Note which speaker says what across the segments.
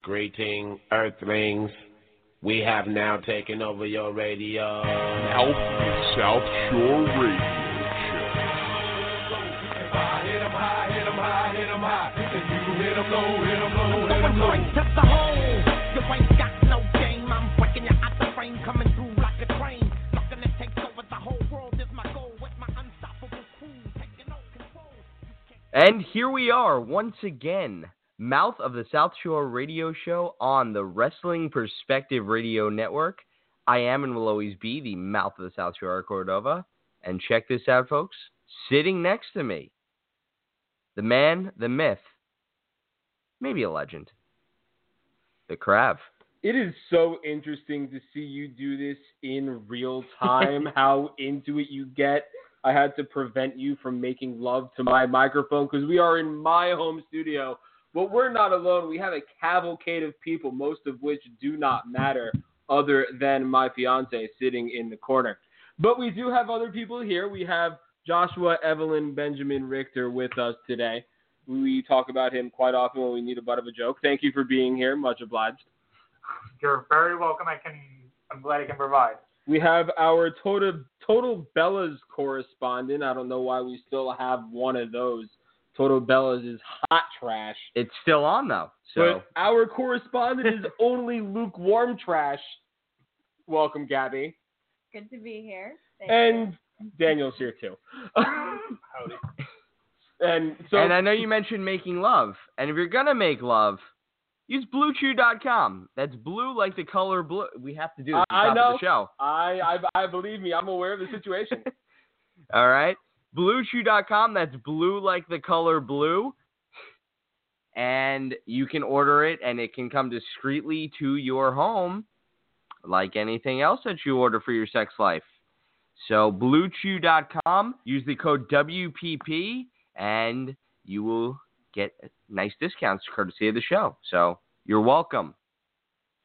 Speaker 1: Greeting, Earthlings. We have now taken over your radio.
Speaker 2: Alpha South Shore Radio
Speaker 3: And here we are once again, mouth of the South Shore Radio Show on the Wrestling Perspective Radio Network. I am and will always be the mouth of the South Shore Cordova. And check this out, folks. Sitting next to me, the man, the myth, maybe a legend, the crab.
Speaker 4: It is so interesting to see you do this in real time, how into it you get. I had to prevent you from making love to my microphone because we are in my home studio. But we're not alone. We have a cavalcade of people, most of which do not matter, other than my fiance sitting in the corner. But we do have other people here. We have Joshua Evelyn Benjamin Richter with us today. We talk about him quite often when we need a butt of a joke. Thank you for being here. Much obliged.
Speaker 5: You're very welcome. I can. I'm glad I can provide.
Speaker 4: We have our total total Bellas correspondent. I don't know why we still have one of those. Total Bellas is hot trash.
Speaker 3: It's still on though, so
Speaker 4: But our correspondent is only lukewarm trash. Welcome, Gabby.
Speaker 6: Good to be here. Thank
Speaker 4: And Daniel's here too.
Speaker 5: Howdy.
Speaker 4: and so
Speaker 3: and I know you mentioned making love. And if you're gonna make love, use bluechew.com. That's blue like the color blue. We have to do this at the
Speaker 4: I- I
Speaker 3: top
Speaker 4: know.
Speaker 3: of the show.
Speaker 4: I, I I believe me, I'm aware of the situation.
Speaker 3: All right. Bluechew.com. That's blue like the color blue. And you can order it and it can come discreetly to your home like anything else that you order for your sex life. So, bluechew.com. Use the code WPP and you will get nice discounts courtesy of the show. So, you're welcome.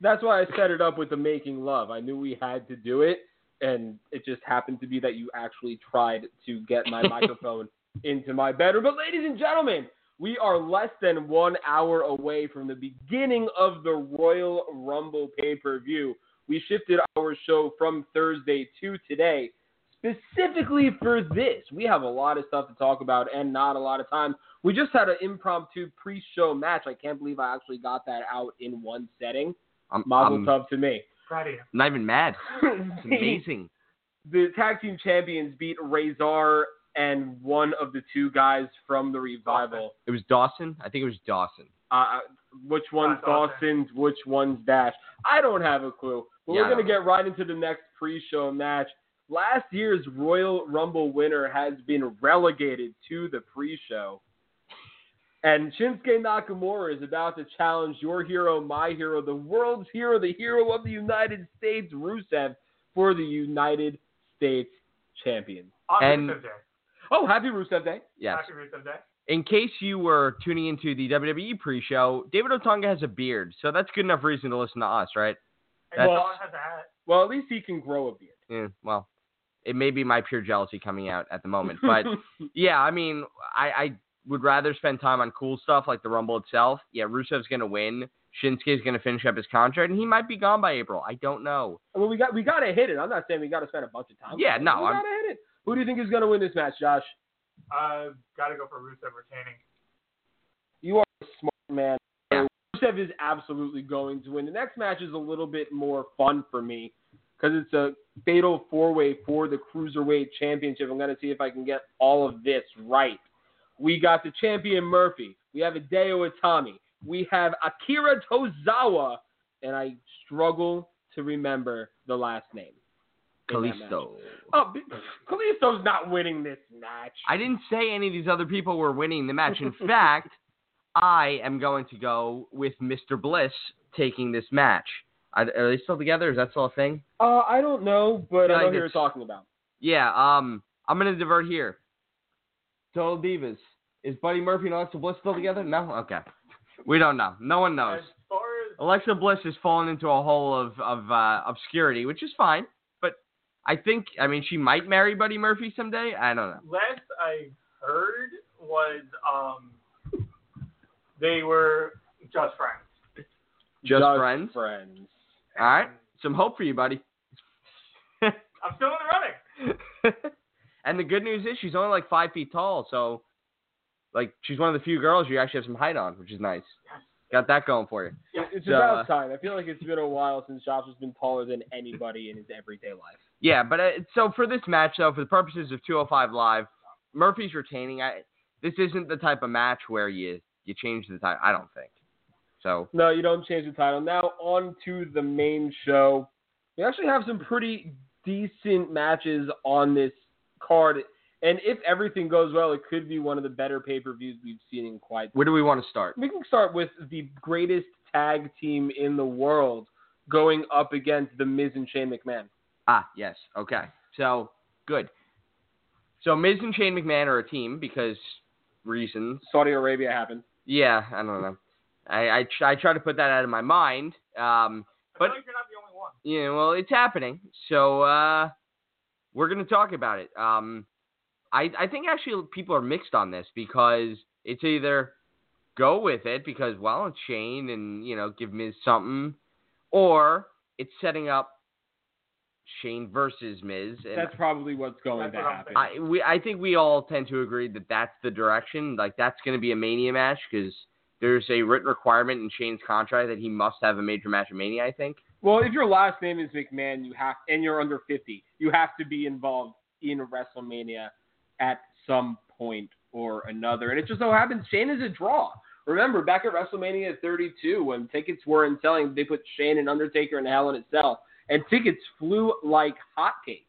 Speaker 4: That's why I set it up with the making love. I knew we had to do it, and it just happened to be that you actually tried to get my microphone into my bedroom. But, ladies and gentlemen, we are less than one hour away from the beginning of the Royal Rumble pay per view. We shifted our show from Thursday to today specifically for this. We have a lot of stuff to talk about and not a lot of time. We just had an impromptu pre show match. I can't believe I actually got that out in one setting.
Speaker 3: I'm,
Speaker 4: Mazel
Speaker 3: I'm
Speaker 4: tov to me.
Speaker 5: Proud of you.
Speaker 3: not even mad. It's
Speaker 4: the
Speaker 3: amazing.
Speaker 4: tag team champions beat Razor and one of the two guys from the revival.
Speaker 3: It was Dawson. I think it was Dawson.
Speaker 4: Uh, which one's
Speaker 5: I saw that.
Speaker 4: Dawson's? Which one's Dash? I don't have a clue. But
Speaker 3: Yeah,
Speaker 4: we're
Speaker 3: I
Speaker 4: gonna
Speaker 3: don't know.
Speaker 4: get right into the next pre-show match. Last year's Royal Rumble winner has been relegated to the pre-show. And Shinsuke Nakamura is about to challenge your hero, my hero, the world's hero, the hero of the United States, Rusev, for the United States champion.
Speaker 5: Happy
Speaker 3: And-
Speaker 5: Rusev Day.
Speaker 4: Oh, happy Rusev Day.
Speaker 3: Yes.
Speaker 5: Happy Rusev Day.
Speaker 3: in case you were tuning into the WWE pre-show, David Otunga has a beard, so that's good enough reason to listen to us, right?
Speaker 5: And
Speaker 3: Well-
Speaker 5: Sean has a hat.
Speaker 4: Well, at least he can grow a beard.
Speaker 3: Yeah, well, it may be my pure jealousy coming out at the moment, but yeah, I mean, I, I would rather spend time on cool stuff like the Rumble itself. Yeah, Rusev's gonna win. Shinsuke's gonna finish up his contract, and he might be gone by April. I don't know.
Speaker 4: Well, we got we gotta hit it. I'm not saying we gotta spend a bunch of time.
Speaker 3: Yeah,
Speaker 4: on it.
Speaker 3: no,
Speaker 4: we
Speaker 3: I'm-
Speaker 4: gotta hit it. Who do you think is gonna win this match, Josh?
Speaker 5: Uh, gotta go for Rusev retaining.
Speaker 4: You are a smart man.
Speaker 3: Yeah.
Speaker 4: Rusev is absolutely going to win. The next match is a little bit more fun for me because it's a fatal four way for the cruiserweight championship. I'm gonna see if I can get all of this right. We got the champion Murphy. We have Hideo Itami. We have Akira Tozawa, and I struggle to remember the last name. in that match.
Speaker 3: Kalisto.
Speaker 4: Oh, b- Kalisto's not winning this match.
Speaker 3: I didn't say any of these other people were winning the match. In fact, I am going to go with Mr. Bliss taking this match. I, are they still together? Is that still a thing?
Speaker 4: Uh, I don't know, but
Speaker 3: Yeah,
Speaker 4: I
Speaker 3: I
Speaker 4: know who
Speaker 3: did.
Speaker 4: you're talking about.
Speaker 3: Yeah, um, I'm gonna divert here. Total Divas. Is Buddy Murphy and Alexa Bliss still together? No? Okay. We don't know. No one knows.
Speaker 5: As far as
Speaker 3: Alexa Bliss has fallen into a hole of, of uh, obscurity, which is fine. But I think I mean she might marry Buddy Murphy someday. I don't know.
Speaker 5: last I heard was um they were just friends.
Speaker 3: Just friends?
Speaker 4: Friends.
Speaker 3: All right. Some hope for you, buddy.
Speaker 5: I'm still in the running.
Speaker 3: and the good news is she's only like five feet tall, so like she's one of the few girls you actually have some height on, which is nice. Got that going for you.
Speaker 4: It's
Speaker 3: So, uh,
Speaker 4: about time. I feel like it's been a while since Josh has been taller than anybody in his everyday life.
Speaker 3: Yeah, but uh, so for this match though, for the purposes of 205 Live, Murphy's retaining. I this isn't the type of match where you you change the title. I don't think. So
Speaker 4: No, you don't change the title. Now on to the main show. We actually have some pretty decent matches on this card, and if everything goes well, it could be one of the better pay per views we've seen in quite.
Speaker 3: where do we want to start?
Speaker 4: We can start with the greatest tag team in the world going up against the Miz and Shane McMahon.
Speaker 3: Ah, yes. Okay. So good. So Miz and Shane McMahon are a team because reasons.
Speaker 4: Saudi Arabia happened.
Speaker 3: Yeah, I don't know. I I, tr- I try to put that out of my mind. Um,
Speaker 5: I
Speaker 3: But-
Speaker 5: feel like you're not the only one.
Speaker 3: you know, well, it's happening. So uh, we're gonna talk about it. Um, I I think actually people are mixed on this because it's either go with it because well it's Shane and you know give Miz something, or it's setting up Shane versus Miz. And
Speaker 4: That's probably what's going to
Speaker 5: That's what I'm
Speaker 4: happen.
Speaker 3: I we I think we all tend to agree that that's the direction. Like that's going to be a Mania match because there's a written requirement in Shane's contract that he must have a major match at Mania. I think.
Speaker 4: Well, if your last name is McMahon, you have and you're under 50, you have to be involved in WrestleMania at some point or another. And it just so happens Shane is a draw. Remember back at WrestleMania 32 when tickets were in selling, they put Shane and Undertaker in Hell in a Cell, and tickets flew like hotcakes.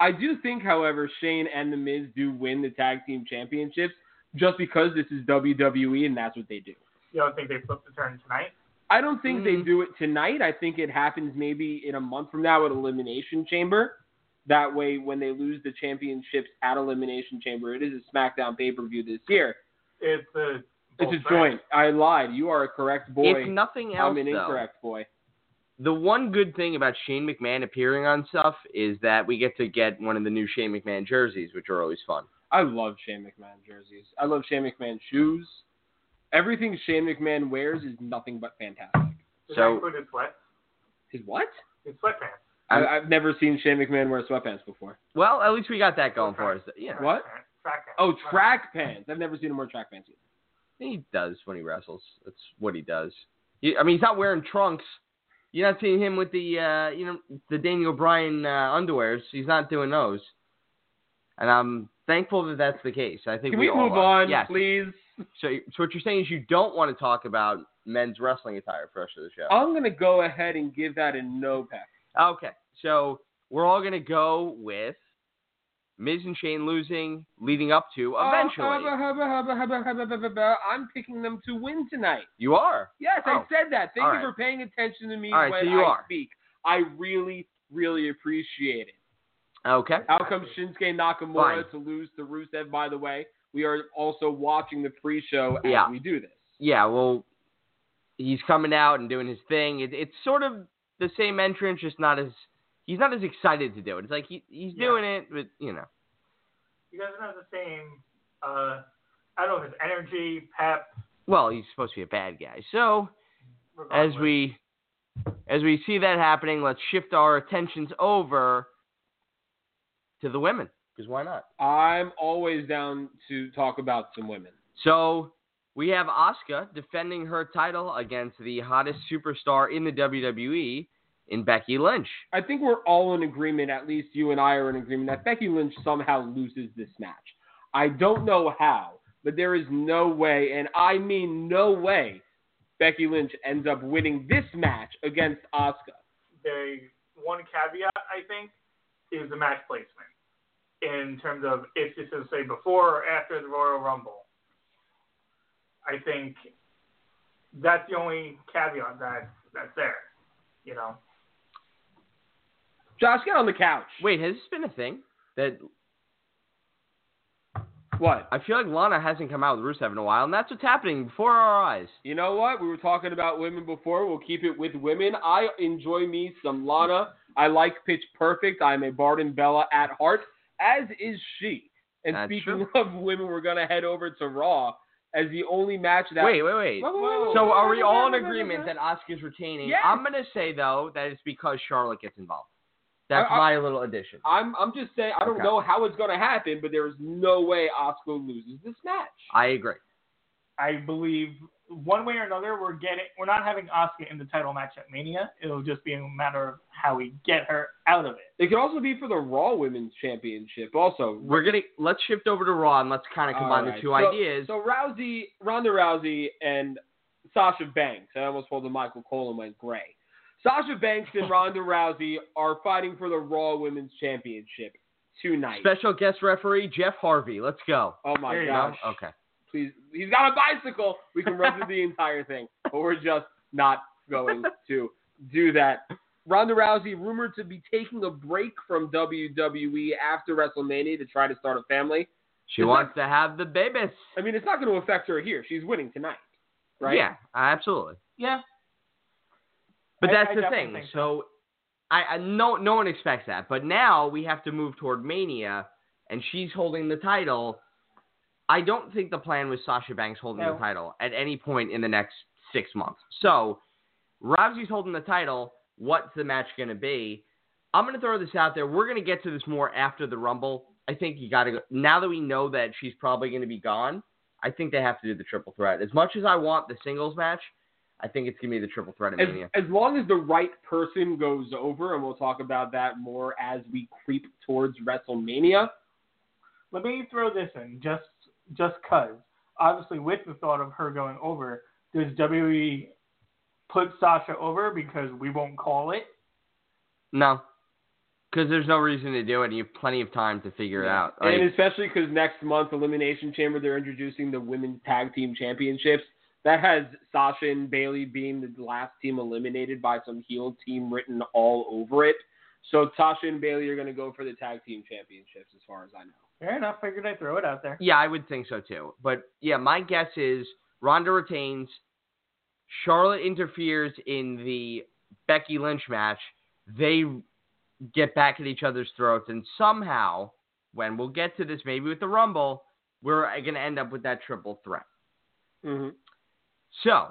Speaker 4: I do think, however, Shane and The Miz do win the tag team championships just because this is WWE and that's what they do.
Speaker 5: You don't think they flipped the turn tonight?
Speaker 4: I don't think
Speaker 3: Mhm.
Speaker 4: they do it tonight. I think it happens maybe in a month from now at Elimination Chamber. That way, when they lose the championships at Elimination Chamber, it is a SmackDown pay per view this year.
Speaker 5: It's a
Speaker 4: It's a joint. I lied. You are a correct boy.
Speaker 3: Oh, If nothing else,
Speaker 4: I'm an
Speaker 3: though,
Speaker 4: incorrect boy.
Speaker 3: the one good thing about Shane McMahon appearing on stuff is that we get to get one of the new Shane McMahon jerseys, which are always fun.
Speaker 4: I love Shane McMahon jerseys. I love Shane McMahon shoes. Everything Shane McMahon wears is nothing but fantastic.
Speaker 3: So-
Speaker 5: Does that include his sweat?
Speaker 4: His what?
Speaker 5: His sweatpants.
Speaker 4: I,
Speaker 3: I'm-
Speaker 4: I've never seen Shane McMahon wear sweatpants before.
Speaker 3: Well, at least we got that going for us. Yeah,
Speaker 4: What?
Speaker 5: Track pants.
Speaker 4: Oh, track pants. I've never seen him wear track pants. Either.
Speaker 3: he does when he wrestles. That's what he does. He, I mean, he's not wearing trunks. You're not seeing him with the uh, you know the Daniel Bryan uh, underwears. He's not doing those. And I'm thankful that that's the case. I think
Speaker 4: Can
Speaker 3: we,
Speaker 4: we
Speaker 3: all
Speaker 4: move
Speaker 3: are.
Speaker 4: on,
Speaker 3: Yes.
Speaker 4: please?
Speaker 3: So, so what you're saying is you don't want to talk about men's wrestling attire for the rest of the show.
Speaker 4: I'm gonna go ahead and give that a no pack.
Speaker 3: Okay, so we're all gonna go with Miz and Shane losing, leading up to eventually.
Speaker 4: Oh, hubba, hubba, hubba, hubba, hubba, hubba. I'm picking them to win tonight.
Speaker 3: you are
Speaker 4: Yes, I
Speaker 3: Oh,
Speaker 4: said that. Thank
Speaker 3: all
Speaker 4: you
Speaker 3: right.
Speaker 4: for paying attention to me
Speaker 3: All right,
Speaker 4: when
Speaker 3: so you
Speaker 4: I
Speaker 3: are.
Speaker 4: speak. I really, really appreciate it.
Speaker 3: okay.
Speaker 4: Out comes Shinsuke
Speaker 3: Fine.
Speaker 4: Nakamura to lose to Rusev. By the way, we are also watching the pre-show as
Speaker 3: Yeah.
Speaker 4: we do this.
Speaker 3: Yeah, well, he's coming out and doing his thing. It, it's sort of the same entrance, just not as he's not as excited to do it. It's like he he's
Speaker 5: Yeah.
Speaker 3: doing it, but you know,
Speaker 5: He doesn't have the same. Uh, I don't know if it's energy, pep.
Speaker 3: well, he's supposed to be a bad guy. So as
Speaker 5: regardless.
Speaker 3: we as we see that happening, let's shift our attentions over to the women because why not?
Speaker 4: I'm always down to talk about some women.
Speaker 3: So we have Asuka defending her title against the hottest superstar in the WWE in Becky Lynch.
Speaker 4: I think we're all in agreement, at least you and I are in agreement, that Becky Lynch somehow loses this match. I don't know how, but there is no way, and I mean no way, Becky Lynch ends up winning this match against Asuka.
Speaker 5: the one caveat I think is the match placement in terms of if this is say before or after the Royal Rumble. I think that's the only caveat that that's there. You know,
Speaker 4: Josh, get on the couch.
Speaker 3: Wait, has this been a thing? That
Speaker 4: What?
Speaker 3: I feel like Lana hasn't come out with Rusev in a while, and that's what's happening before our eyes.
Speaker 4: You know what? We were talking about women before. We'll keep it with women. I enjoy me some Lana. I like Pitch Perfect. I'm a Barton Bella at heart, as is she. And
Speaker 3: That's
Speaker 4: speaking of women, we're gonna head over to Raw as the only match that.
Speaker 3: Wait, wait, wait.
Speaker 4: Whoa, whoa, whoa, whoa,
Speaker 3: So
Speaker 4: whoa,
Speaker 3: are we
Speaker 4: whoa,
Speaker 3: all in
Speaker 4: whoa, whoa,
Speaker 3: agreement
Speaker 4: whoa.
Speaker 3: that Oscar's retaining?
Speaker 4: Yes.
Speaker 3: I'm gonna say though that it's because Charlotte gets involved. That's
Speaker 4: I- I-
Speaker 3: my little addition.
Speaker 4: I'm I'm just saying I don't
Speaker 3: Okay.
Speaker 4: know how it's gonna happen, but there is no way Oscar loses this match.
Speaker 3: I agree.
Speaker 5: I believe one way or another we're getting we're not having Oscar in the title match at Mania. It'll just be a matter of how we get her out of it.
Speaker 4: It could also be for the Raw Women's Championship. Also,
Speaker 3: We're gonna let's shift over to Raw and let's kind of combine the
Speaker 4: Alright,
Speaker 3: two
Speaker 4: so-
Speaker 3: ideas.
Speaker 4: So Rousey, Ronda Rousey, and Sasha Banks. I almost pulled a Michael Cole and went gray. Sasha Banks and Ronda Rousey are fighting for the Raw Women's Championship tonight.
Speaker 3: Special guest referee Jeff Harvey. Let's go.
Speaker 4: oh my
Speaker 5: There you
Speaker 4: gosh!
Speaker 3: No? Okay.
Speaker 4: Please, he's got a bicycle. We can run through the entire thing, but we're just not going to do that. Ronda Rousey rumored to be taking a break from WWE after WrestleMania to try to start a family.
Speaker 3: She
Speaker 4: Is
Speaker 3: wants to have the babies.
Speaker 4: I mean, it's not going to affect her here. She's winning tonight, right?
Speaker 3: Yeah, absolutely.
Speaker 5: Yeah.
Speaker 3: But
Speaker 5: I-
Speaker 3: that's
Speaker 5: I
Speaker 3: the
Speaker 5: definitely
Speaker 3: thing.
Speaker 5: think
Speaker 3: So, I, I no no one expects that. But now we have to move toward Mania, and she's holding the title. I don't think the plan was Sasha Banks holding
Speaker 5: No.
Speaker 3: the title at any point in the next six months. So, Rousey's holding the title. What's the match going to be? I'm going to throw this out there. We're going to get to this more after the Rumble. I think you got to go. Now that we know that she's probably going to be gone, I think they have to do the triple threat. As much as I want the singles match, I think it's going to be the triple threat at
Speaker 4: As,
Speaker 3: Mania.
Speaker 4: as long as the right person goes over, and we'll talk about that more as we creep towards WrestleMania.
Speaker 5: Let me throw this in just just cause. Obviously, with the thought of her going over, does WWE put Sasha over because we won't call it?
Speaker 3: No, because there's no reason to do it, and you have plenty of time to figure it out. Like,
Speaker 4: And especially because next month, Elimination Chamber, they're introducing the Women's Tag Team Championships. That has Sasha and Bailey being the last team eliminated by some heel team written all over it. So Sasha and Bailey are going to go for the Tag Team Championships, as far as I know.
Speaker 5: Fair enough. Figured I'd throw it out there.
Speaker 3: yeah, I would think so too. But yeah, my guess is Ronda retains. Charlotte interferes in the Becky Lynch match. They get back at each other's throats, and somehow, when we'll get to this, maybe with the Rumble, we're going to end up with that triple threat.
Speaker 4: Mm-hmm.
Speaker 3: So,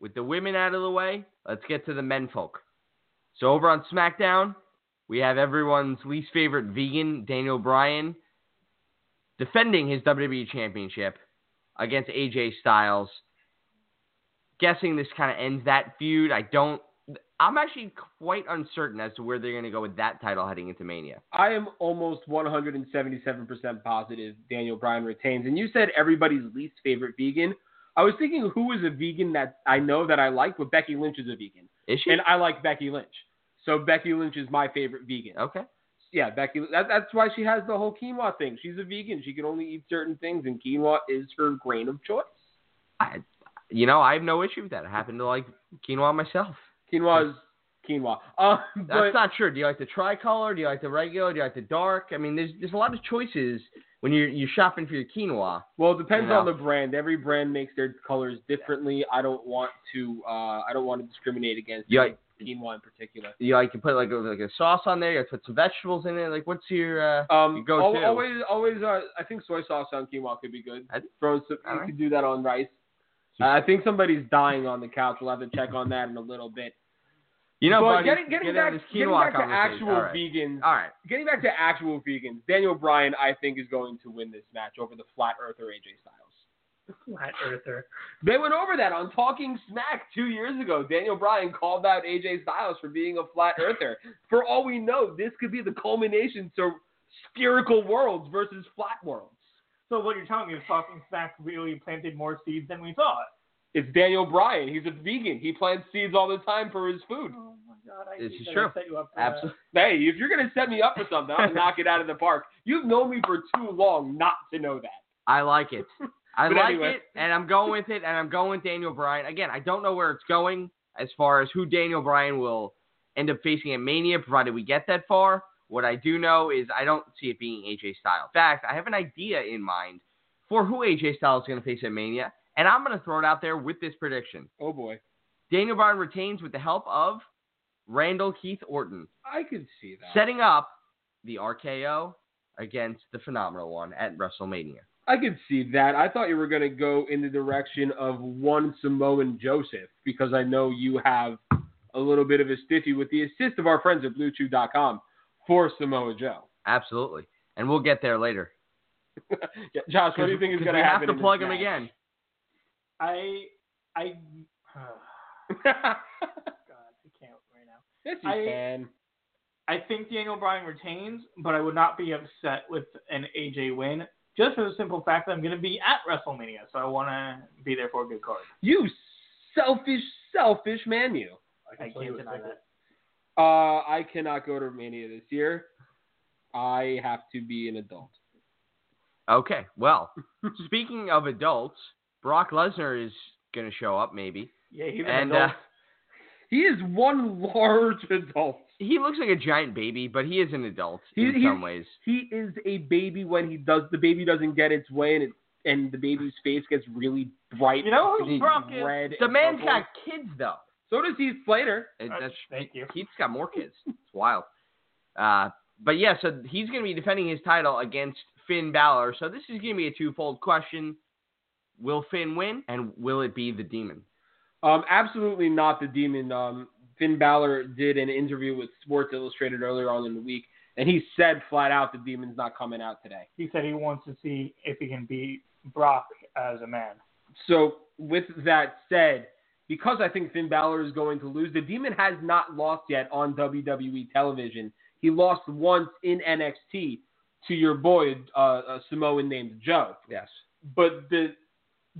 Speaker 3: with the women out of the way, let's get to the men folk. So, over on SmackDown, we have everyone's least favorite vegan, Daniel Bryan, defending his WWE Championship against AJ Styles. Guessing this kind of ends that feud. I don't. I'm actually quite uncertain as to where they're going to go with that title heading into Mania.
Speaker 4: I am almost 177% positive Daniel Bryan retains. And you said everybody's least favorite vegan. I was thinking who is a vegan that I know that I like, but Becky Lynch is a vegan.
Speaker 3: Is she?
Speaker 4: And I like Becky Lynch. So Becky Lynch is my favorite vegan.
Speaker 3: okay.
Speaker 4: Yeah, Becky. That, that's why she has the whole quinoa thing. She's a vegan. She can only eat certain things, and quinoa is her grain of choice.
Speaker 3: I, you know, I have no issue with that. I happen to like quinoa myself.
Speaker 4: Quinoa is quinoa. Uh,
Speaker 3: That's
Speaker 4: but
Speaker 3: not true. Do you like the tricolor? Do you like the regular? Do you like the dark? I mean, there's there's a lot of choices when you're you're shopping for your quinoa.
Speaker 4: Well, it depends
Speaker 3: You know?
Speaker 4: on the brand. Every brand makes their colors differently. I don't want to. Uh, I don't want to discriminate against
Speaker 3: You
Speaker 4: yeah.
Speaker 3: like
Speaker 4: quinoa in particular.
Speaker 3: you like to put like a, like a sauce on there. You like to put some vegetables in it. Like, what's your uh,
Speaker 4: Um,
Speaker 3: your go-to?
Speaker 4: al- always, always. Uh, I think soy sauce on quinoa could be good.
Speaker 3: I-
Speaker 4: Throw some,
Speaker 3: all
Speaker 4: you
Speaker 3: right.
Speaker 4: could do that on rice. Uh, I think somebody's dying on the couch. We'll have to check on that in a little bit.
Speaker 3: you know,
Speaker 4: but
Speaker 3: buddy,
Speaker 4: getting getting
Speaker 3: get
Speaker 4: back,
Speaker 3: into this
Speaker 4: getting
Speaker 3: quinoa
Speaker 4: back to
Speaker 3: conversation. Uh,
Speaker 4: actual
Speaker 3: All right.
Speaker 4: vegans.
Speaker 3: All right.
Speaker 4: Getting back to actual vegans, Daniel Bryan, I think, is going to win this match over the flat earther AJ Styles.
Speaker 5: Flat Earther.
Speaker 4: They went over that on Talking Smack two years ago. Daniel Bryan called out AJ Styles for being a flat earther. for all we know, this could be the culmination to spherical worlds versus flat worlds.
Speaker 5: So what you're telling me is Talking Smack really planted more seeds than we thought.
Speaker 4: It's Daniel Bryan. He's a vegan. He plants seeds all the time for his food.
Speaker 5: Oh my God! I
Speaker 3: This
Speaker 5: hate
Speaker 3: is
Speaker 5: that I
Speaker 3: true.
Speaker 5: set you up for that.
Speaker 3: Absolutely.
Speaker 4: Hey, if you're gonna set me up for something, I'm gonna knock it out of the park. You've known me for too long not to know that.
Speaker 3: I like it. I
Speaker 5: But
Speaker 3: like
Speaker 5: anyway.
Speaker 3: it, and I'm going with it, and I'm going with Daniel Bryan. Again, I don't know where it's going as far as who Daniel Bryan will end up facing at Mania, provided we get that far. What I do know is I don't see it being AJ Styles. In fact, I have an idea in mind for who AJ Styles is going to face at Mania, and I'm going to throw it out there with this prediction.
Speaker 4: Oh boy,
Speaker 3: Daniel Bryan retains with the help of Randall Keith Orton
Speaker 4: I could see that.
Speaker 3: setting up the RKO against the phenomenal one at WrestleMania.
Speaker 4: I could see that. I thought you were going to go in the direction of one Samoan Joseph because I know you have a little bit of a stiffy with the assist of our friends at BlueChew.com for Samoa Joe.
Speaker 3: Absolutely. And we'll get there later.
Speaker 4: Yeah, Josh, what do you think is
Speaker 3: 'Cause
Speaker 4: going
Speaker 3: we
Speaker 4: happen?
Speaker 3: have
Speaker 4: in
Speaker 3: to
Speaker 4: this
Speaker 3: plug him
Speaker 4: match?
Speaker 3: again.
Speaker 5: I, I, God, I can't right now.
Speaker 4: yes, you
Speaker 5: I-
Speaker 4: can.
Speaker 5: I think Daniel Bryan retains, but I would not be upset with an AJ win just for the simple fact that I'm going to be at WrestleMania, so I want to be there for a good card.
Speaker 4: You selfish, selfish man, you.
Speaker 5: I, can't deny that.
Speaker 4: Uh, I cannot go to Romania this year. I have to be an adult.
Speaker 3: Okay. Well, speaking of adults, Brock Lesnar is going to show up maybe.
Speaker 5: Yeah, even
Speaker 3: And uh,
Speaker 5: adults-
Speaker 4: He is one large adult.
Speaker 3: he looks like a giant baby, but he is an adult
Speaker 4: He-
Speaker 3: in
Speaker 4: he's-
Speaker 3: some ways.
Speaker 4: He is a baby when he does the baby doesn't get its way and it and the baby's face gets really bright.
Speaker 5: You know who
Speaker 4: and
Speaker 5: Brock is?
Speaker 4: red
Speaker 3: The
Speaker 4: and
Speaker 3: man's
Speaker 4: purple.
Speaker 3: got kids though.
Speaker 4: So does Heath Slater.
Speaker 3: And
Speaker 5: Uh,
Speaker 3: that's
Speaker 5: thank you.
Speaker 3: Keith's got more kids. It's wild. Uh, but yeah, so he's going to be defending his title against Finn Balor. So this is going to be a twofold question: Will Finn win, and will it be the Demon?
Speaker 4: Um, absolutely not the demon. Um, Finn Balor did an interview with Sports Illustrated earlier on in the week, and he said flat out the demon's not coming out today.
Speaker 5: He said he wants to see if he can beat Brock as a man.
Speaker 4: So, with that said, because I think Finn Balor is going to lose, the Demon has not lost yet on WWE television. He lost once in NXT to your boy, uh, a Samoan named Joe.
Speaker 3: Yes.
Speaker 4: But the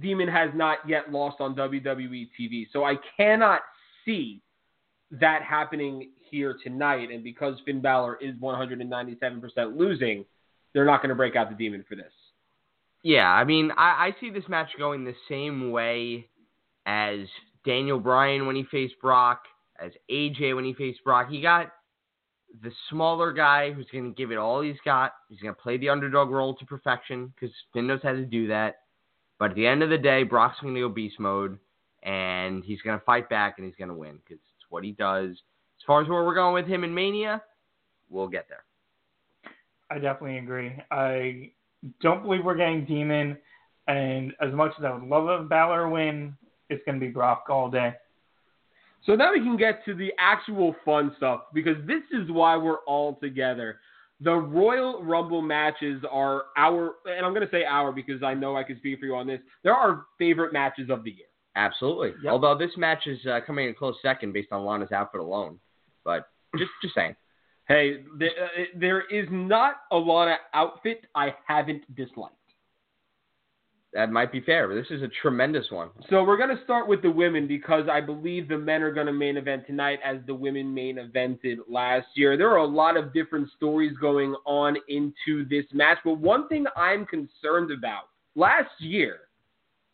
Speaker 4: Demon has not yet lost on WWE TV. So, I cannot see that happening here tonight. And because Finn Balor is 197% losing, they're not going to break out the Demon for this.
Speaker 3: Yeah, I mean, I, I see this match going the same way as Daniel Bryan when he faced Brock, as AJ when he faced Brock. He got the smaller guy who's going to give it all he's got. He's going to play the underdog role to perfection because Finn knows how to do that. But at the end of the day, Brock's going to go beast mode and he's going to fight back and he's going to win because it's what he does. As far as where we're going with him in Mania, we'll get there.
Speaker 5: I definitely agree. I don't believe we're getting Demon, and as much as I would love a Balor win, it's going to be Brock all day.
Speaker 4: So now we can get to the actual fun stuff because this is why we're all together. The Royal Rumble matches are our, and I'm going to say our because I know I can speak for you on this. They're our favorite matches of the year.
Speaker 3: Absolutely.
Speaker 5: Yep.
Speaker 3: Although this match is uh, coming in close second based on Lana's outfit alone, but just just saying.
Speaker 4: Hey, th- uh, there is not a Lana outfit I haven't disliked.
Speaker 3: That might be fair. But this is a tremendous one.
Speaker 4: So we're going to start with the women because I believe the men are going to main event tonight as the women main evented last year. There are a lot of different stories going on into this match, but one thing I'm concerned about last year,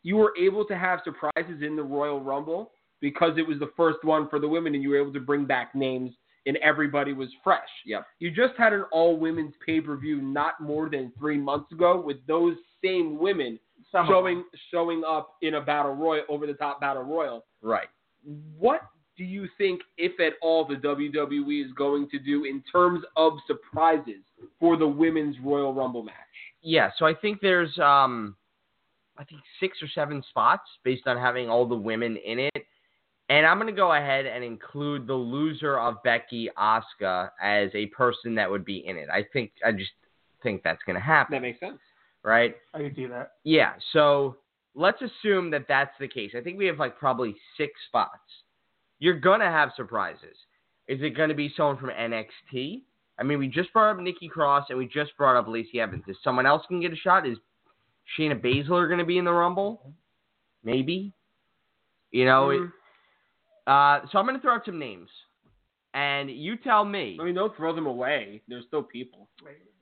Speaker 4: you were able to have surprises in the Royal Rumble because it was the first one for the women and you were able to bring back names and everybody was fresh.
Speaker 3: Yep.
Speaker 4: You just had an all women's pay per view not more than three months ago with those same women
Speaker 5: Some of
Speaker 4: showing showing up in a battle royal over the top battle royal.
Speaker 3: Right.
Speaker 4: What do you think, if at all, the WWE is going to do in terms of surprises for the women's Royal Rumble match?
Speaker 3: Yeah. So I think there's um, I think six or seven spots based on having all the women in it, and I'm gonna go ahead and include the loser of Becky Asuka as a person that would be in it. I think I just think that's gonna happen.
Speaker 4: That makes sense.
Speaker 3: Right.
Speaker 5: I can see that.
Speaker 3: Yeah. So let's assume that that's the case. I think we have like probably six spots. You're going to have surprises. Is it going to be someone from NXT? I mean, we just brought up Nikki Cross and we just brought up Lacey Evans. Is someone else can get a shot? Is Shayna Baszler going to be in the Rumble? Maybe. You
Speaker 5: Oh,
Speaker 3: know,
Speaker 4: Hmm.
Speaker 3: it-
Speaker 4: Mm-hmm.
Speaker 3: uh, so I'm going to throw out some names. And you tell me.
Speaker 4: I mean, don't throw them away. They're still people.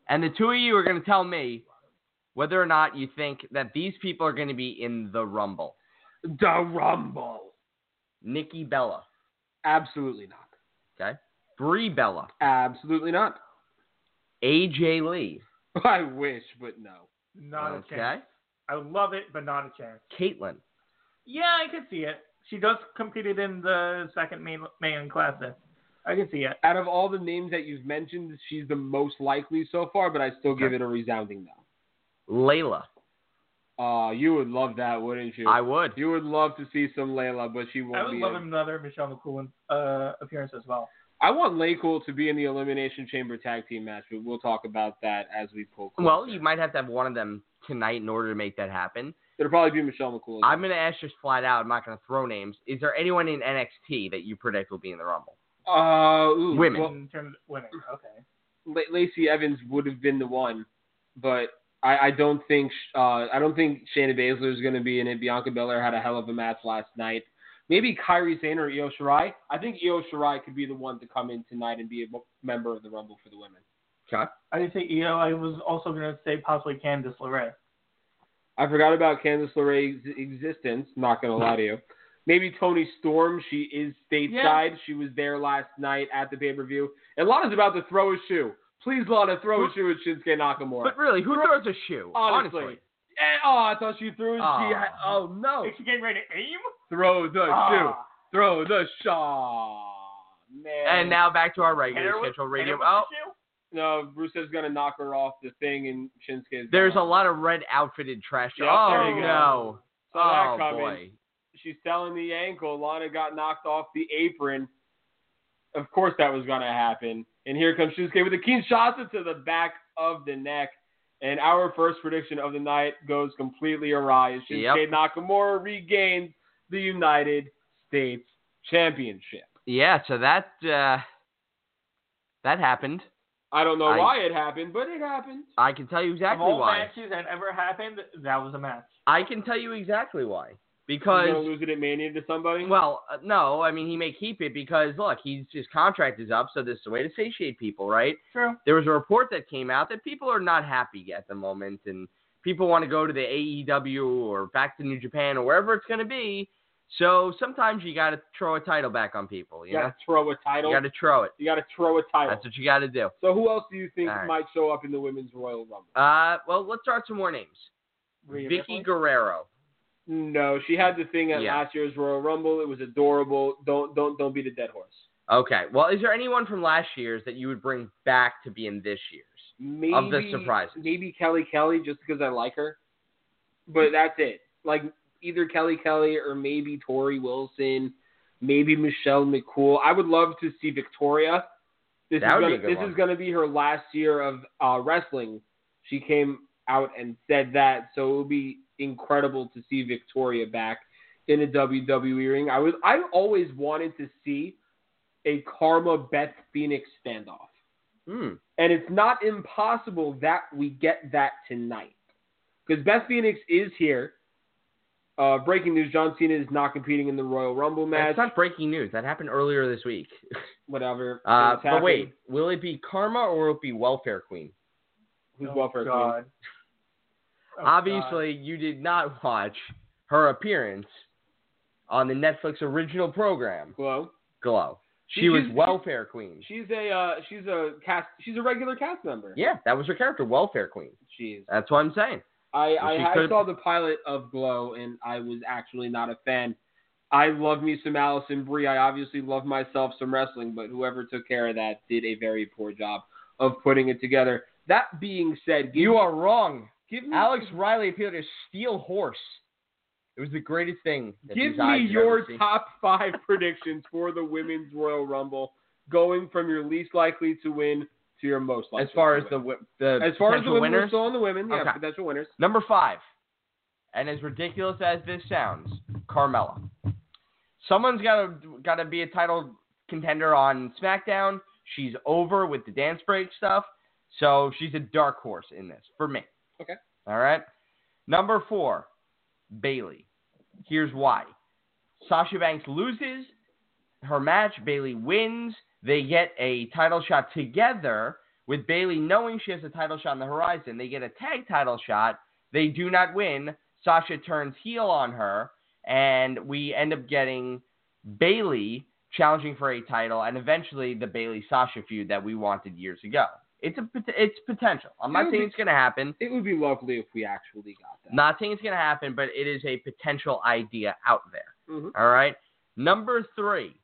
Speaker 3: And the two of you are going to tell me whether or not you think that these people are going to be in the Rumble.
Speaker 4: The Rumble.
Speaker 3: Nikki Bella,
Speaker 4: Absolutely not.
Speaker 3: Brie Bella,
Speaker 4: Absolutely not.
Speaker 3: AJ Lee.
Speaker 4: I wish, but no.
Speaker 5: Not
Speaker 4: Oh,
Speaker 5: a
Speaker 3: okay.
Speaker 5: chance. I love it, but not a chance.
Speaker 3: Caitlin.
Speaker 5: Yeah, I could see it. She does competed in the second main main class. Then. I can see it.
Speaker 4: Out of all the names that you've mentioned, she's the most likely so far, but I still give it a resounding
Speaker 3: Layla.
Speaker 4: no. Uh, you would love that, wouldn't you?
Speaker 3: I would.
Speaker 4: You would love to see some Layla, but she won't
Speaker 5: I would
Speaker 4: be.
Speaker 5: love
Speaker 4: in.
Speaker 5: another Michelle McCool uh, appearance as well.
Speaker 4: I want Laycool to be in the Elimination Chamber tag team match, but we'll talk about that as we pull. Closer.
Speaker 3: Well, you might have to have one of them tonight in order to make that happen.
Speaker 4: it'll probably be Michelle McCool.
Speaker 3: I'm going to ask just flat out. I'm not going to throw names. Is there anyone in NXT that you predict will be in the Rumble?
Speaker 4: uh, ooh,
Speaker 3: Women.
Speaker 4: Well,
Speaker 5: in terms of women, okay.
Speaker 4: La- Lacey Evans would have been the one, but I, I don't think sh- uh, I don't think Shayna Baszler is going to be in it. Bianca Belair had a hell of a match last night. Maybe Kyrie Zane or Io Shirai. I think Io Shirai could be the one to come in tonight and be a mo- member of the Rumble for the women.
Speaker 5: I didn't say EO. I was also going to say possibly Candice LeRae.
Speaker 4: I forgot about Candice LeRae's e-, existence. Not gonna lie to you. Maybe Tony Storm. She is stateside. She was there last night at the pay per view. And Lana's about to throw a shoe. Please, Lana, throw a shoe at Shinsuke Nakamura.
Speaker 3: But really, who throws a shoe? Ah.
Speaker 4: Honestly. Eh, oh, I thought she threw it. She
Speaker 3: Aw.
Speaker 4: had, oh no!
Speaker 5: Is she getting ready to aim?
Speaker 4: Throw
Speaker 3: Oh,
Speaker 4: the shoe.
Speaker 5: Ah,
Speaker 4: Throw the shaw. Man.
Speaker 3: And now back to our regular
Speaker 5: Heather was-
Speaker 3: schedule
Speaker 5: Heather
Speaker 3: radio. Oh,
Speaker 5: was the shoe?
Speaker 4: no, Rusev's gonna knock her off the thing, and Shinsuke's.
Speaker 3: there's a
Speaker 4: gonna-
Speaker 3: lot of red outfitted trash.
Speaker 4: Yep,
Speaker 3: oh
Speaker 4: there you go.
Speaker 3: no!
Speaker 4: Saw
Speaker 3: oh
Speaker 4: that coming.
Speaker 3: boy!
Speaker 4: She's selling the ankle. Lana got knocked off the apron. Of course that was gonna happen. And here comes Shinsuke with a Kinshasa to the back of the neck. And our first prediction of the night goes completely awry. as Shinsuke Nakamura regains the United States Championship.
Speaker 3: Yeah, so that uh, that happened.
Speaker 4: I don't know
Speaker 3: I-
Speaker 4: why it happened, but it happened.
Speaker 3: I can tell you
Speaker 5: of
Speaker 3: exactly
Speaker 5: all
Speaker 3: why.
Speaker 5: matches that ever happened, that was a match.
Speaker 3: I can tell you exactly why.
Speaker 4: You're
Speaker 3: Because
Speaker 4: gonna lose it at Mania to somebody.
Speaker 3: Well, uh, no, I mean he may keep it because look, he's his contract is up, so this is a way to satiate people, right?
Speaker 5: True.
Speaker 3: There was a report that came out that people are not happy at the moment, and people want to go to the AEW or back to New Japan or wherever it's going to be. So sometimes you got to throw a title back on people. You
Speaker 4: you gotta throw a
Speaker 3: know,
Speaker 4: title.
Speaker 3: you got to throw it.
Speaker 4: throw a title.
Speaker 3: That's what you got to do.
Speaker 4: so who else do you think
Speaker 3: All right.
Speaker 4: might show up in the women's Royal Rumble?
Speaker 3: Uh, well, let's start some more names.
Speaker 5: Rhea
Speaker 3: Vicky
Speaker 5: Ripley?
Speaker 3: Guerrero.
Speaker 4: No, she had the thing at
Speaker 3: Yeah.
Speaker 4: last year's Royal Rumble. It was adorable. Don't don't don't beat a dead horse.
Speaker 3: Okay. Well, is there anyone from last year's that you would bring back to be in this year's?
Speaker 4: Maybe,
Speaker 3: Of the surprises.
Speaker 4: Maybe Kelly Kelly just because I like her. But that's it. Like either Kelly Kelly or maybe Tori Wilson, maybe Michelle McCool. I would love to see Victoria. This
Speaker 3: That would
Speaker 4: is
Speaker 3: be
Speaker 4: gonna,
Speaker 3: a good
Speaker 4: this
Speaker 3: one.
Speaker 4: is going to be her last year of uh, wrestling. She came out and said that, so it would be incredible to see Victoria back in a WWE ring. I was I always wanted to see a Karma Beth Phoenix standoff.
Speaker 3: Hmm.
Speaker 4: And it's not impossible that we get that tonight. Because Beth Phoenix is here. Uh, breaking news John Cena is not competing in the Royal Rumble match.
Speaker 3: That's not breaking news. That happened earlier this week.
Speaker 4: Whatever.
Speaker 3: Uh,
Speaker 4: It's
Speaker 3: but
Speaker 4: happened.
Speaker 3: wait, will it be Karma or will it be Welfare Queen?
Speaker 4: Who's
Speaker 5: Oh,
Speaker 4: welfare queen?
Speaker 5: God. Oh, God.
Speaker 3: Obviously, you did not watch her appearance on the Netflix original program,
Speaker 4: Glow.
Speaker 3: Glow. She
Speaker 4: She-
Speaker 3: was
Speaker 4: she's-
Speaker 3: Welfare Queen.
Speaker 4: She's a uh, she's a cast she's a regular cast member.
Speaker 3: Yeah, that was her character, Welfare Queen.
Speaker 4: She is.
Speaker 3: That's what I'm saying.
Speaker 4: I,
Speaker 3: Well,
Speaker 4: I,
Speaker 3: she
Speaker 4: I
Speaker 3: could-
Speaker 4: saw the pilot of Glow and I was actually not a fan. I love me some Allison Brie. I obviously love myself some wrestling, but whoever took care of that did a very poor job of putting it together. That being said, give
Speaker 3: You
Speaker 4: me,
Speaker 3: are wrong.
Speaker 4: give me,
Speaker 3: Alex Riley appeared as Steel Horse. It was the greatest thing. that
Speaker 4: give
Speaker 3: these eyes
Speaker 4: me
Speaker 3: have
Speaker 4: your
Speaker 3: ever seen.
Speaker 4: top five predictions for the women's Royal Rumble, going from your least likely to win to your most likely.
Speaker 3: As far
Speaker 4: to
Speaker 3: as the
Speaker 4: win.
Speaker 3: wi- the
Speaker 4: as far as the
Speaker 3: potential
Speaker 4: women, we're
Speaker 3: winners,
Speaker 4: still on the women, yeah,
Speaker 3: Okay.
Speaker 4: potential winners.
Speaker 3: Number five, and as ridiculous as this sounds, Carmella. Someone's gotta gotta be a title contender on SmackDown. She's over with the dance break stuff, so she's a dark horse in this for me.
Speaker 4: Okay.
Speaker 3: All right. Number four, Bailey. Here's why. Sasha Banks loses her match. Bailey wins. They get a title shot together, With Bailey knowing she has a title shot on the horizon, they get a tag title shot. They do not win. Sasha turns heel on her, and we end up getting Bailey challenging for a title, and eventually the Bailey Sasha feud that we wanted years ago. It's a pot- it's potential. I'm
Speaker 4: It
Speaker 3: not
Speaker 4: would
Speaker 3: saying
Speaker 4: be-
Speaker 3: it's going to happen.
Speaker 4: It would be lovely if we actually got that.
Speaker 3: Not saying it's going to happen, but it is a potential idea out there.
Speaker 4: Mhm.
Speaker 3: All right. Number three.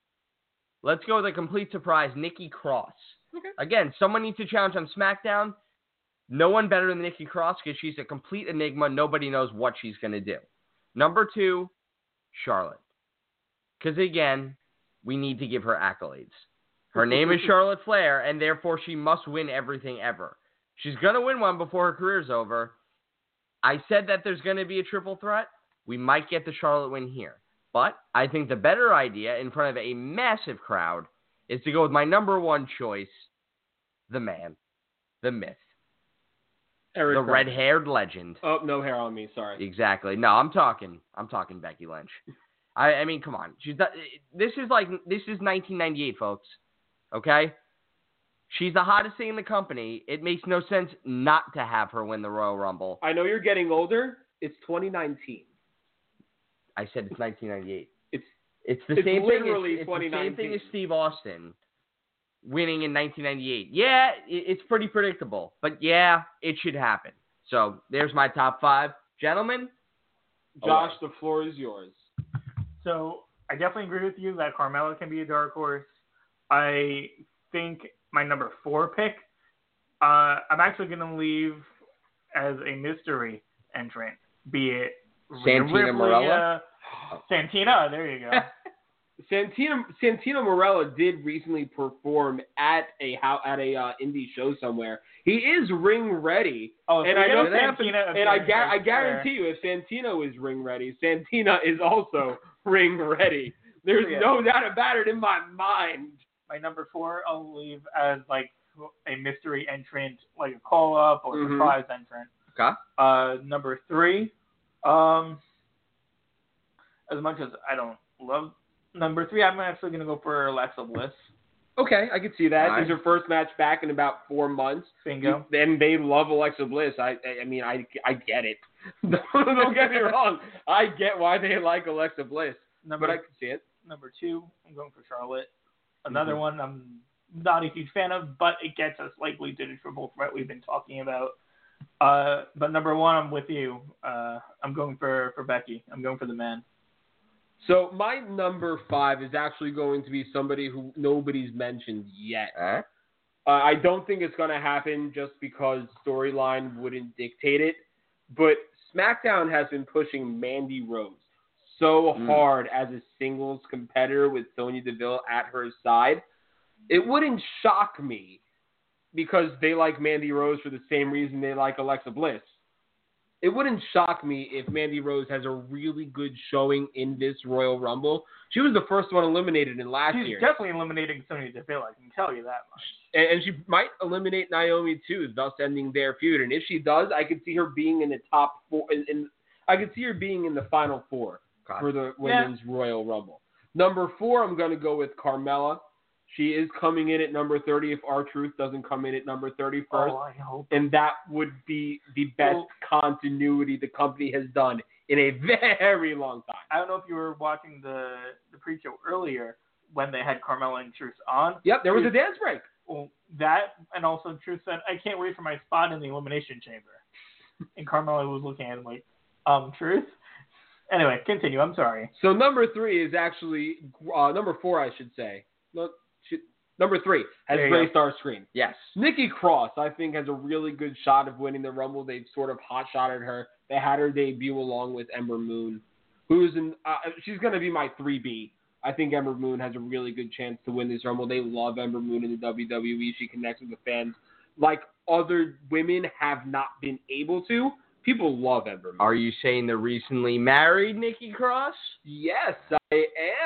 Speaker 3: Let's go with a complete surprise, Nikki Cross.
Speaker 4: Okay.
Speaker 3: Again, someone needs to challenge on SmackDown. No one better than Nikki Cross because she's a complete enigma. Nobody knows what she's going to do. Number two, Charlotte. Because again, we need to give her accolades. Her name is Charlotte Flair, and therefore she must win everything ever. She's going to win one before her career's over. I said that there's going to be a triple threat. We might get the Charlotte win here. But I think the better idea in front of a massive crowd is to go with my number one choice, the man, the myth,
Speaker 4: Eric
Speaker 3: the
Speaker 4: Cross.
Speaker 3: red haired legend.
Speaker 4: Oh, no hair on me. Sorry.
Speaker 3: Exactly. No, I'm talking. I'm talking Becky Lynch. I, I mean, come on. She's not, this is like this is 1998, folks. Okay. She's the hottest thing in the company. It makes no sense not to have her win the Royal Rumble.
Speaker 4: I know you're getting older. It's 2019.
Speaker 3: I said it's 1998.
Speaker 4: It's-
Speaker 3: it's the
Speaker 4: it's
Speaker 3: same
Speaker 4: literally
Speaker 3: thing. As, it's the same thing
Speaker 4: 2019.
Speaker 3: as Steve Austin winning in 1998. Yeah, it, it's pretty predictable, but yeah, it should happen. So there's my top five, gentlemen.
Speaker 4: Josh, the floor is yours.
Speaker 5: So I definitely agree with you that Carmella can be a dark horse. I think my number four pick, uh, I'm actually going to leave as a mystery entrant, be it Rhea
Speaker 3: Santina
Speaker 5: Ripley,
Speaker 3: Morella?
Speaker 5: uh, Santina, there you go.
Speaker 4: Santina Santino Morella did recently perform at a how at a uh, indie show somewhere. He is ring ready,
Speaker 5: Oh,
Speaker 4: and I know
Speaker 5: Santina,
Speaker 4: Santina. And I,
Speaker 5: appears
Speaker 4: ga- I
Speaker 5: elsewhere.
Speaker 4: guarantee you, if Santino is ring ready, Santina is also ring ready. There's
Speaker 5: Yeah.
Speaker 4: no doubt about it in my mind.
Speaker 5: my number four, I'll leave as like a mystery entrant, like a call up or
Speaker 4: Mhm.
Speaker 5: surprise entrant.
Speaker 3: Okay.
Speaker 5: Uh, number three, um, as much as I don't love number three, I'm actually gonna go for Alexa Bliss.
Speaker 4: Okay, I could see that.
Speaker 3: Nice.
Speaker 4: It's her first match back in about four months.
Speaker 5: Bingo.
Speaker 4: And they love Alexa Bliss. I I- I mean I I get it. Don't get me wrong. I get why they like Alexa Bliss,
Speaker 5: Number
Speaker 4: but I can see it.
Speaker 5: number two, I'm going for Charlotte. Another
Speaker 4: Mm-hmm.
Speaker 5: one I'm not a huge fan of, but it gets us likely to the triple threat we've been talking about. Uh, but number one, I'm with you. Uh, I'm going for, for Becky. I'm going for the man.
Speaker 4: So my number five is actually going to be somebody who nobody's mentioned yet.
Speaker 3: All right.
Speaker 4: Uh, I don't think it's going to happen just because storyline wouldn't dictate it. But SmackDown has been pushing Mandy Rose so
Speaker 3: Mm.
Speaker 4: hard as a singles competitor with Sonya Deville at her side. It wouldn't shock me because they like Mandy Rose for the same reason they like Alexa Bliss. It wouldn't shock me if Mandy Rose has a really good showing in this Royal Rumble. She was the first one eliminated in last
Speaker 5: She's
Speaker 4: year.
Speaker 5: definitely eliminating Sonya Deville. I can tell you that much.
Speaker 4: and, and she might eliminate Naomi too, thus ending their feud. And if she does, I could see her being in the top four. In, in I could see her being in the final four
Speaker 3: God.
Speaker 4: for the women's Royal Rumble. Number four, I'm going to go with Carmella. She is coming in at number 30 if our truth doesn't come in at number 30 first,
Speaker 5: Oh, I hope.
Speaker 4: and that would be the best
Speaker 5: Well-
Speaker 4: continuity the company has done in a very long time.
Speaker 5: I don't know if you were watching the the pre-show earlier when they had Carmella and Truth on.
Speaker 4: Yep, there was a dance break.
Speaker 5: Well, that and also Truth said, "I can't wait for my spot in the elimination chamber," and Carmella was looking at him like, "Um, Truth." Anyway, continue. I'm sorry.
Speaker 4: So number three is actually uh, number four, I should say. No, should, number three has
Speaker 5: There you
Speaker 4: graced our screen.
Speaker 3: Yes.
Speaker 4: Nikki Cross, I think, has a really good shot of winning the Rumble. They've sort of hot shotted her. They had her debut along with Ember Moon, who's in. Uh, she's going to be my three B. I think Ember Moon has a really good chance to win this Rumble. They love Ember Moon in the WWE. She connects with the fans like other women have not been able to. People love Ember Moon.
Speaker 3: Are you saying the recently married Nikki Cross?
Speaker 4: Yes, I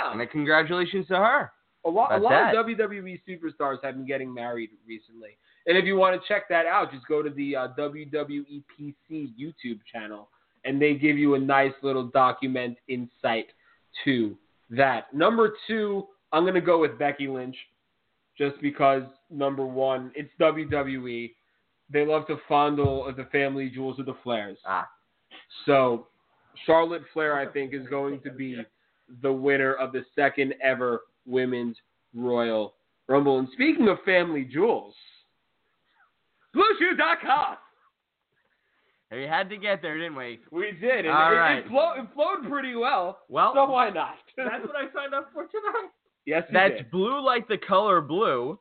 Speaker 4: am.
Speaker 3: And a congratulations to her.
Speaker 4: A lot, a
Speaker 3: About
Speaker 4: lot
Speaker 3: that.
Speaker 4: of WWE superstars have been getting married recently. And if you want to check that out, just go to the uh, WWE PC YouTube channel, and they give you a nice little document insight to that. Number two, I'm going to go with Becky Lynch. just because number one, it's WWE. They love to fondle the family jewels of the Flairs.
Speaker 3: Ah.
Speaker 4: So Charlotte Flair, I think, is going to be the winner of the second ever Women's Royal Rumble. And speaking of family jewels, BlueShoe.com.
Speaker 3: We had to get there, didn't we?
Speaker 4: We did. And
Speaker 3: All
Speaker 4: it,
Speaker 3: right.
Speaker 4: it, flo- it flowed pretty well.
Speaker 3: Well,
Speaker 4: So why not?
Speaker 5: That's what I signed up for tonight.
Speaker 4: yes, we
Speaker 3: That's
Speaker 4: did.
Speaker 3: blue like the color blue,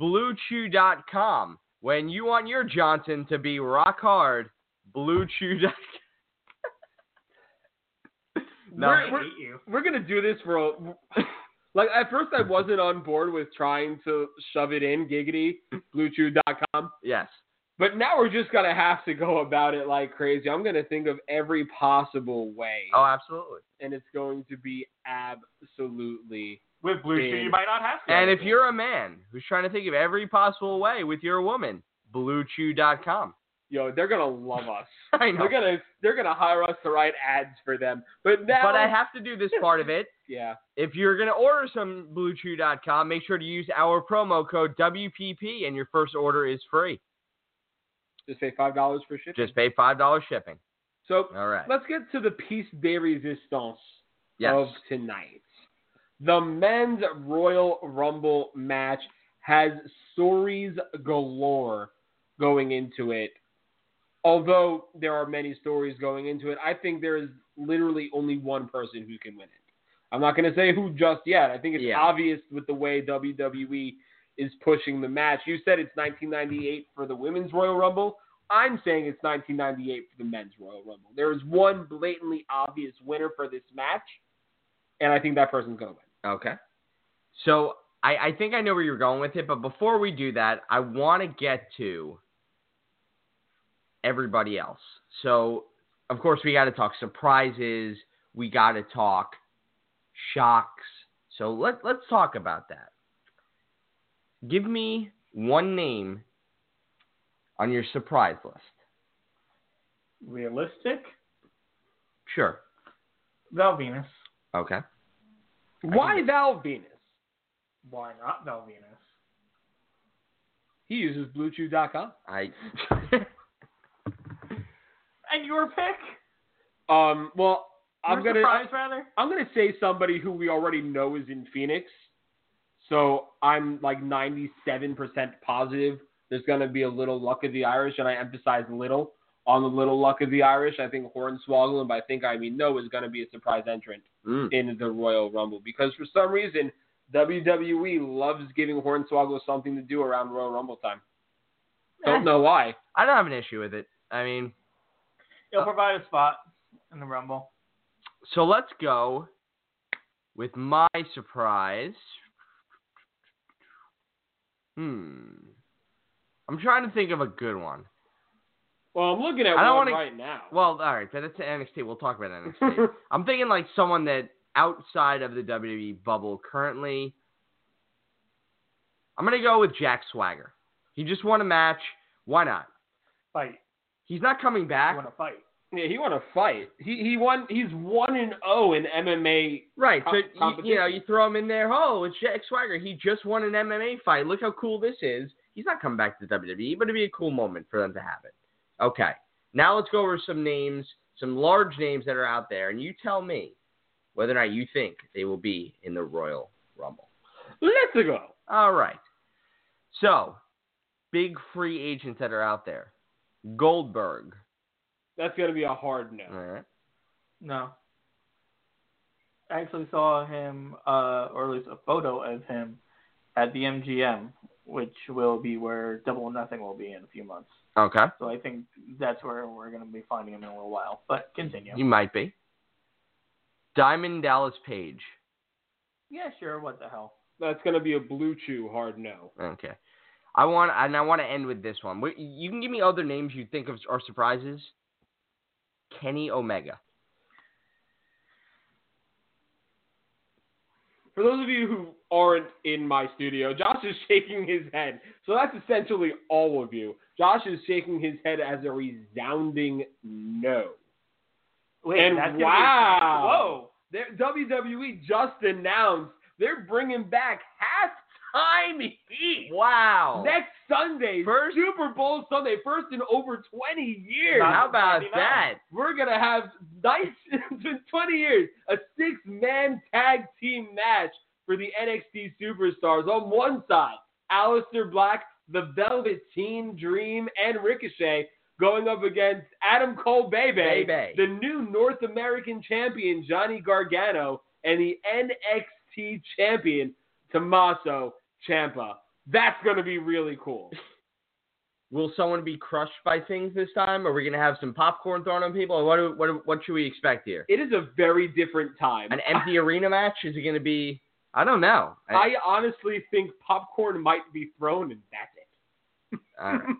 Speaker 3: bluechew.com. When you want your Johnson to be rock hard, bluechew.com. No.
Speaker 5: I
Speaker 4: We're- we're-
Speaker 5: hate you.
Speaker 4: we're gonna do this for a like at first I wasn't on board with trying to shove it in giggity bluechew.com,
Speaker 3: Yes.
Speaker 4: but now we're just gonna have to go about it like crazy. I'm gonna think of every possible way,
Speaker 3: Oh, absolutely.
Speaker 4: and it's going to be absolutely
Speaker 5: With Blue Chew,
Speaker 4: Yeah.
Speaker 5: you might not have to.
Speaker 3: And if you're a man who's trying to think of every possible way with your woman, bluechew.com.
Speaker 4: yo. They're gonna love us.
Speaker 3: I know.
Speaker 4: They're gonna they're gonna hire us to write ads for them. But now,
Speaker 3: But I have to do this part of it.
Speaker 4: yeah,
Speaker 3: If you're going to order some bluechew.com, make sure to use our promo code WPP and your first order is free.
Speaker 4: just pay five dollars for shipping.
Speaker 3: Just pay $5 shipping.
Speaker 4: so
Speaker 3: All right.
Speaker 4: let's get to the piece de resistance.
Speaker 3: Yes.
Speaker 4: of tonight. The men's Royal Rumble match has stories galore going into it. Although there are many stories going into it, I think there is literally only one person who can win it. I'm not going to say who just yet. I think it's
Speaker 3: Yeah.
Speaker 4: obvious with the way WWE is pushing the match. You said it's 1998 for the women's Royal Rumble. I'm saying it's 1998 for the men's Royal Rumble. There is one blatantly obvious winner for this match, and I think that person's going to win.
Speaker 3: Okay. So I, I think I know where you're going with it, but before we do that, I want to get to everybody else. So, of course, we got to talk surprises. We got to talk shocks. So let let's talk about that. Give me one name on your surprise list.
Speaker 5: realistic,
Speaker 3: Sure.
Speaker 5: Val Venus.
Speaker 3: Okay.
Speaker 4: Why Val Venus?
Speaker 5: Why not Val Venus?
Speaker 4: He uses BlueChew.com.
Speaker 3: I
Speaker 5: And your pick?
Speaker 4: Um, well, I'm
Speaker 5: your
Speaker 4: going to
Speaker 5: surprise rather.
Speaker 4: I'm going to say somebody who we already know is in Phoenix. So I'm like 97% positive there's going to be a little luck of the Irish, and I emphasize little on the little luck of the Irish. I think Hornswoggle, and by think I mean no, is going to be a surprise entrant
Speaker 3: Mm.
Speaker 4: in the Royal Rumble because for some reason WWE loves giving Hornswoggle something to do around Royal Rumble time.
Speaker 3: Eh.
Speaker 4: Don't know why.
Speaker 3: I don't have an issue with it. I mean,
Speaker 5: He'll
Speaker 3: Uh,
Speaker 5: provide a spot in the Rumble.
Speaker 3: So let's go with my surprise. Hmm. I'm trying to think of a good one.
Speaker 4: Well, I'm looking at
Speaker 3: I don't
Speaker 4: one
Speaker 3: wanna-
Speaker 4: right now.
Speaker 3: Well, all right, but that's NXT. We'll talk about NXT. I'm thinking like someone that outside of the WWE bubble currently. I'm gonna go with Jack Swagger. He just won a match. Why not?
Speaker 5: Fight.
Speaker 3: He's not coming
Speaker 5: You
Speaker 3: back.
Speaker 5: want to fight?
Speaker 4: yeah, he won a fight. He he won. He's one and zero in MMA
Speaker 3: Right.
Speaker 4: Com-
Speaker 3: So you, you know,
Speaker 4: competition.
Speaker 3: you throw him in there. Oh, it's Jack Swagger. He just won an MMA fight. Look how cool this is. He's not coming back to WWE, but it'd be a cool moment for them to have it. Okay. Now let's go over some names, some large names that are out there, and you tell me whether or not you think they will be in the Royal Rumble.
Speaker 4: Let's go.
Speaker 3: All right. So, big free agents that are out there. Goldberg.
Speaker 4: That's gonna be a hard no.
Speaker 3: All right.
Speaker 5: No. I actually saw him, uh, or at least a photo of him, at the MGM, which will be where Double or Nothing will be in a few months.
Speaker 3: Okay.
Speaker 5: So I think that's where we're going to be finding him in a little while. But continue.
Speaker 3: He might be. Diamond Dallas Page.
Speaker 5: Yeah, sure. What the hell?
Speaker 4: That's gonna be a blue chew hard no.
Speaker 3: Okay. I want, and I want to end with this one. Wait, You can give me other names you think of are surprises. Kenny Omega.
Speaker 4: For those of you who aren't in my studio, Josh is shaking his head. So that's essentially all of you. Josh is shaking his head as a resounding no.
Speaker 5: Wait,
Speaker 4: And
Speaker 5: that's gonna be-
Speaker 4: wow.
Speaker 5: Whoa.
Speaker 4: E They're, WWE just announced they're bringing back halftime time Heat.
Speaker 3: Wow.
Speaker 4: Next Sunday,
Speaker 3: First-
Speaker 4: Super Bowl Sunday, first in over 20 years.
Speaker 3: How about
Speaker 5: 99.
Speaker 3: that?
Speaker 4: We're going to have, nice, it's been 20 years, a six man tag team match for the NXT Superstars. On one side, Aleister Black, the Velveteen Dream, and Ricochet going up against Adam Cole Bebe,
Speaker 3: Bebe.
Speaker 4: the new North American champion, Johnny Gargano, and the NXT champion, Tommaso Champa. That's going to be really cool.
Speaker 3: Will someone be crushed by things this time? Are we going to have some popcorn thrown on people? Or What, do- what, do- what should we expect here?
Speaker 4: It is a very different time.
Speaker 3: An empty arena match? Is it going to be? I don't know. I-
Speaker 4: I honestly think popcorn might be thrown and that's it.
Speaker 3: I don't know.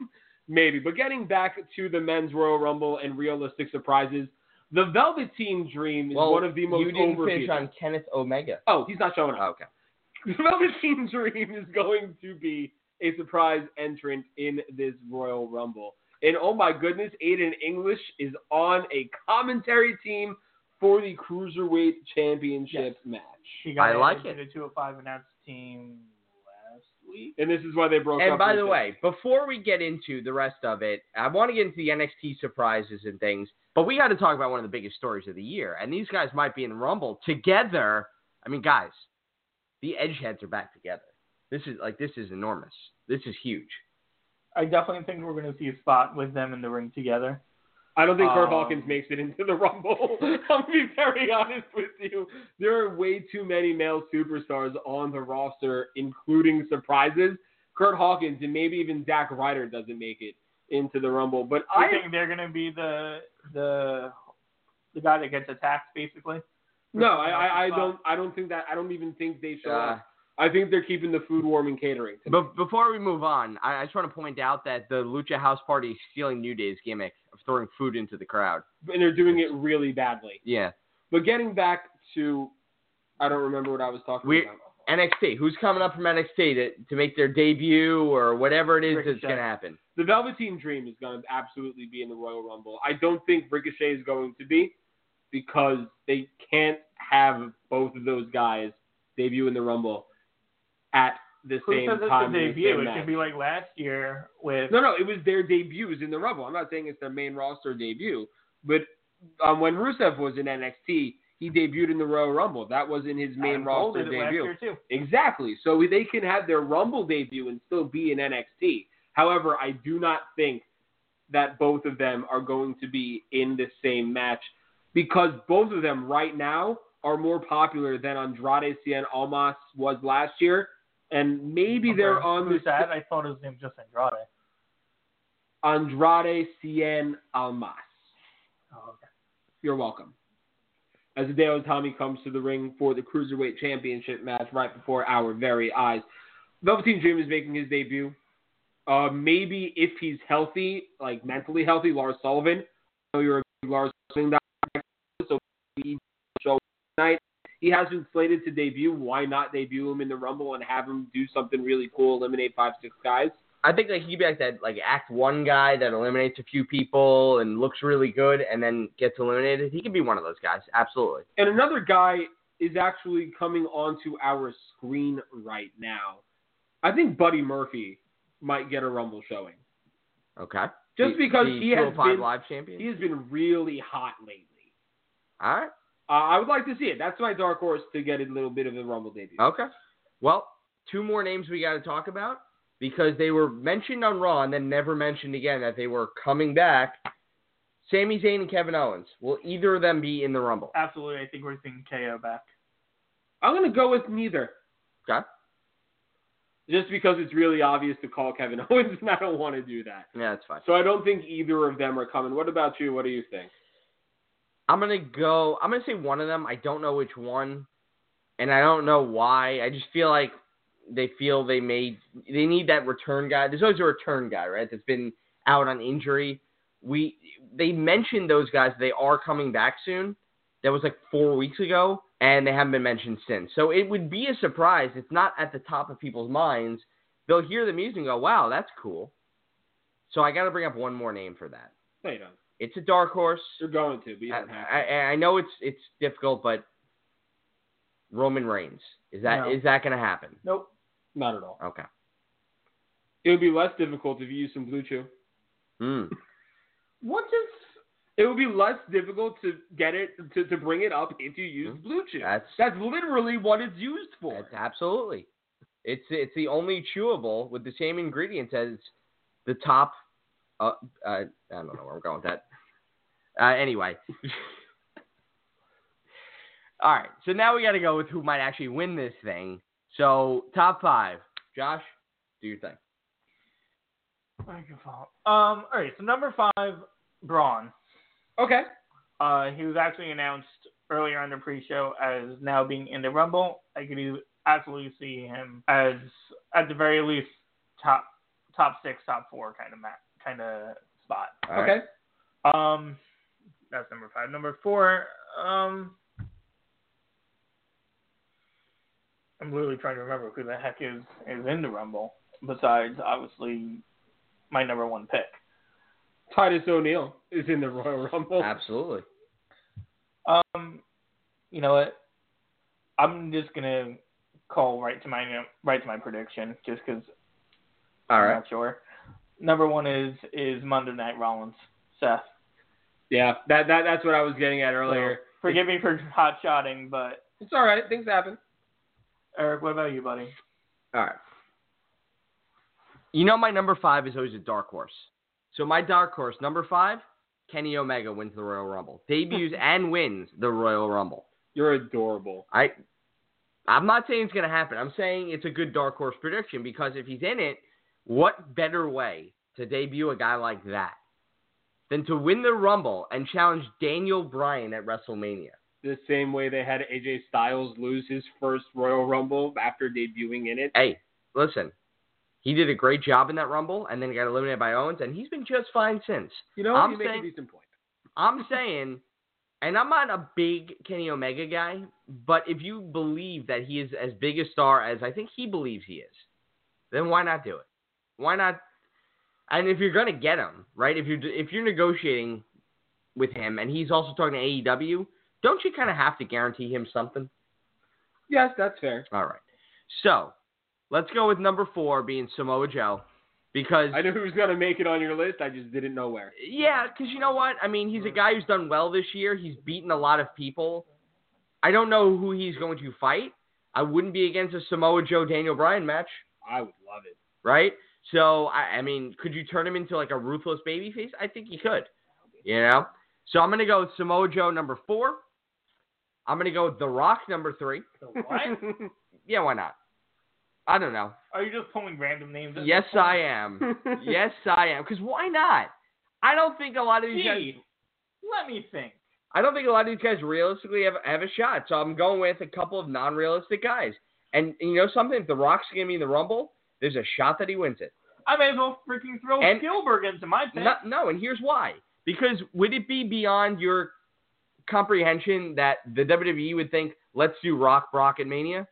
Speaker 4: Maybe. But getting back to the men's Royal Rumble and realistic surprises, the Velveteen Dream is
Speaker 3: well,
Speaker 4: one of the most
Speaker 3: you didn't
Speaker 4: over
Speaker 3: finish
Speaker 4: people-
Speaker 3: on Kenneth Omega.
Speaker 4: Oh, he's not showing up.
Speaker 3: Oh, okay.
Speaker 4: The Velveteen Dream is going to be a surprise entrant in this Royal Rumble. And oh my goodness, Aiden English is on a commentary team for the Cruiserweight Championship match.
Speaker 5: She got
Speaker 3: I like
Speaker 5: added
Speaker 3: it.
Speaker 5: To the 205 announced team last week.
Speaker 4: And this is why they broke up.
Speaker 3: And by
Speaker 4: with
Speaker 3: the
Speaker 4: it.
Speaker 3: way, before we get into the rest of it, I want to get into the NXT surprises and things, but we got to talk about one of the biggest stories of the year. And these guys might be in Rumble together. I mean, guys, the Edgeheads are back together. This is like this is enormous. This is huge.
Speaker 5: I definitely think we're going to see a spot with them in the ring together.
Speaker 4: I don't think Kurt
Speaker 5: Um,
Speaker 4: Hawkins makes it into the Rumble. I'm gonna be very honest with you. There are way too many male superstars on the roster, including surprises. Kurt Hawkins and maybe even Zack Ryder doesn't make it into the Rumble. But
Speaker 5: I
Speaker 4: I
Speaker 5: think they're going to be the the the guy that gets attacked basically.
Speaker 4: no, I, I, I don't. I don't think that. I don't even think they show.
Speaker 3: Uh,
Speaker 4: up. I think they're keeping the food warm and catering. tonight.
Speaker 3: But before we move on, I, I just want to point out that the Lucha House Party is stealing New Day's gimmick of throwing food into the crowd.
Speaker 4: and they're doing it really badly.
Speaker 3: Yeah.
Speaker 4: But getting back to, I don't remember what I was talking
Speaker 3: We-
Speaker 4: about.
Speaker 3: NXT, who's coming up from NXT to, to make their debut or whatever it is that's
Speaker 5: Ricochet.
Speaker 3: going to happen?
Speaker 4: the Velveteen Dream is going to absolutely be in the Royal Rumble. I don't think Ricochet is going to be because they can't have both of those guys debut in the Rumble at the
Speaker 5: Who
Speaker 4: same
Speaker 5: says it's a
Speaker 4: time. in the same
Speaker 5: debut? It
Speaker 4: match.
Speaker 5: could be like last year with
Speaker 4: no, no, it was their debuts in the Rumble. I'm not saying it's their main roster debut, but um, when Rusev was in NXT, he debuted in the Royal Rumble. That wasn't his main
Speaker 5: Adam Cole
Speaker 4: roster
Speaker 5: did it last
Speaker 4: debut.
Speaker 5: year, too.
Speaker 4: Exactly. So they can have their Rumble debut and still be in NXT. However, I do not think that both of them are going to be in the same match because both of them right now are more popular than Andrade Cien Almas was last year. And maybe they're
Speaker 5: Okay.
Speaker 4: on
Speaker 5: Who's
Speaker 4: the
Speaker 5: that? I thought his name was just Andrade.
Speaker 4: Andrade Cien Almas.
Speaker 5: Oh, okay.
Speaker 4: You're welcome. As Hideo Tommy comes to the ring for the Cruiserweight Championship match right before our very eyes. Velveteen Dream is making his debut. Uh, maybe if he's healthy, like mentally healthy, Lars Sullivan. I know you're a big Lars Sullivan guy, so maybe he show up tonight. He has been slated to debut. Why not debut him in the Rumble and have him do something really cool, eliminate five, six guys?
Speaker 3: I think like he could be like that like act one guy that eliminates a few people and looks really good and then gets eliminated. He could be one of those guys. Absolutely.
Speaker 4: And another guy is actually coming onto our screen right now. I think Buddy Murphy might get a Rumble showing.
Speaker 3: Okay.
Speaker 4: Just
Speaker 3: The-
Speaker 4: because
Speaker 3: the
Speaker 4: he has
Speaker 3: 205
Speaker 4: been-
Speaker 3: live champion.
Speaker 4: He has been really hot lately.
Speaker 3: All right.
Speaker 4: Uh, I would like to see it. That's my dark horse to get a little bit of a Rumble debut.
Speaker 3: Okay. Well, two more names we got to talk about because they were mentioned on Raw and then never mentioned again that they were coming back. Sami Zayn and Kevin Owens. Will either of them be in the Rumble?
Speaker 5: Absolutely, I think we're seeing KO back.
Speaker 4: I'm going to go with neither.
Speaker 3: Okay.
Speaker 4: Just because it's really obvious to call Kevin Owens, and I don't want to do that.
Speaker 3: Yeah, that's fine.
Speaker 4: So I don't think either of them are coming. What about you? What do you think?
Speaker 3: I'm gonna go. I'm gonna say one of them. I don't know which one, and I don't know why. I just feel like they feel they may they need that return guy. There's always a return guy, right? That's been out on injury. We they mentioned those guys. They are coming back soon. That was like four weeks ago, and they haven't been mentioned since. So it would be a surprise. It's not at the top of people's minds. They'll hear the music and go, "Wow, that's cool." So I got to bring up one more name for that.
Speaker 4: No, you don't.
Speaker 3: It's a dark horse.
Speaker 4: You're going to, but you don't have to.
Speaker 3: I, I, I know it's it's difficult, but Roman Reigns is that is
Speaker 5: No.
Speaker 3: that going to happen?
Speaker 5: Nope.
Speaker 4: Not at all.
Speaker 3: Okay.
Speaker 4: It would be less difficult if you used some Blue Chew.
Speaker 3: Hmm.
Speaker 4: What is? It would be less difficult to get it to, to bring it up into used Blue Chew.
Speaker 3: Mm-hmm. That's
Speaker 4: That's literally what it's used for.
Speaker 3: That's absolutely. It's it's the only chewable with the same ingredients as the top. Uh, uh, I don't know where I'm going with that. Uh, anyway. All right, so now we got to go with who might actually win this thing. So top five, Josh, do your thing.
Speaker 5: I can follow. Um, all right, so number five, Braun.
Speaker 4: Okay.
Speaker 5: Uh, he was actually announced earlier on the pre-show as now being in the Rumble. I could e- absolutely see him as, at the very least, top top six, top four kind of mat, kind of spot.
Speaker 3: All right.
Speaker 4: okay.
Speaker 5: Um, that's number five. Number four. Um, I'm literally trying to remember who the heck is is in the Rumble. Besides, obviously, my number one pick.
Speaker 4: Titus O'Neil is in the Royal Rumble.
Speaker 3: Absolutely.
Speaker 5: Um, you know what? I'm just gonna call right to my right to my prediction, just because
Speaker 3: All
Speaker 5: I'm
Speaker 3: right.
Speaker 5: not sure. Number one is is Monday Night Rollins, Seth.
Speaker 4: Yeah, that, that that's what I was getting at
Speaker 5: So,
Speaker 4: earlier.
Speaker 5: forgive me for hot shotting, but
Speaker 4: It's all right. Things happen.
Speaker 5: Eric, what about you, buddy?
Speaker 3: All right. You know my number five is always a dark horse. So my dark horse number five, Kenny Omega wins the Royal Rumble, debuts and wins the Royal Rumble.
Speaker 4: You're adorable.
Speaker 3: I, I'm not saying it's gonna happen. I'm saying it's a good dark horse prediction because if he's in it, what better way to debut a guy like that than to win the Rumble and challenge Daniel Bryan at WrestleMania?
Speaker 4: The same way they had AJ Styles lose his first Royal Rumble after debuting in it.
Speaker 3: hey, listen, he did a great job in that Rumble, and then he got eliminated by Owens, and he's been just fine since.
Speaker 4: You know,
Speaker 3: I'm
Speaker 4: you make
Speaker 3: saying-
Speaker 4: a decent point.
Speaker 3: I'm saying, and I'm not a big Kenny Omega guy, but if you believe that he is as big a star as I think he believes he is, then why not do it? Why not? And if you're gonna get him, right? If you're if you're negotiating with him, and he's also talking to AEW, don't you kind of have to guarantee him something?
Speaker 4: Yes, that's fair.
Speaker 3: All right. So let's go with number four being Samoa Joe because,
Speaker 4: I knew who was gonna make it on your list. I just didn't know where.
Speaker 3: yeah, because you know what? I mean, he's a guy who's done well this year. He's beaten a lot of people. I don't know who he's going to fight. I wouldn't be against a Samoa Joe Daniel Bryan match,
Speaker 4: I would love it.
Speaker 3: right? So, I, I mean, could you turn him into like a ruthless babyface? I think you could, you know? So I'm going to go with Samoa Joe number four. I'm going to go with The Rock number three. Yeah, why not? I don't know.
Speaker 5: Are you just pulling random names? at
Speaker 3: Yes,
Speaker 5: this point?
Speaker 3: I am. yes, I am. Because why not? I don't think a lot of these guys.
Speaker 5: Gee, let me think.
Speaker 3: I don't think a lot of these guys realistically have, have a shot. So I'm going with a couple of non-realistic guys. And, and you know something? If The Rock's gonna be in the Rumble, there's a shot that he wins it.
Speaker 5: I may as well freaking throw
Speaker 3: And-
Speaker 5: Spielberg into my pick.
Speaker 3: No, no, and here's why. Because would it be beyond your comprehension that the WWE would think, let's do Rock, Brock, and Mania?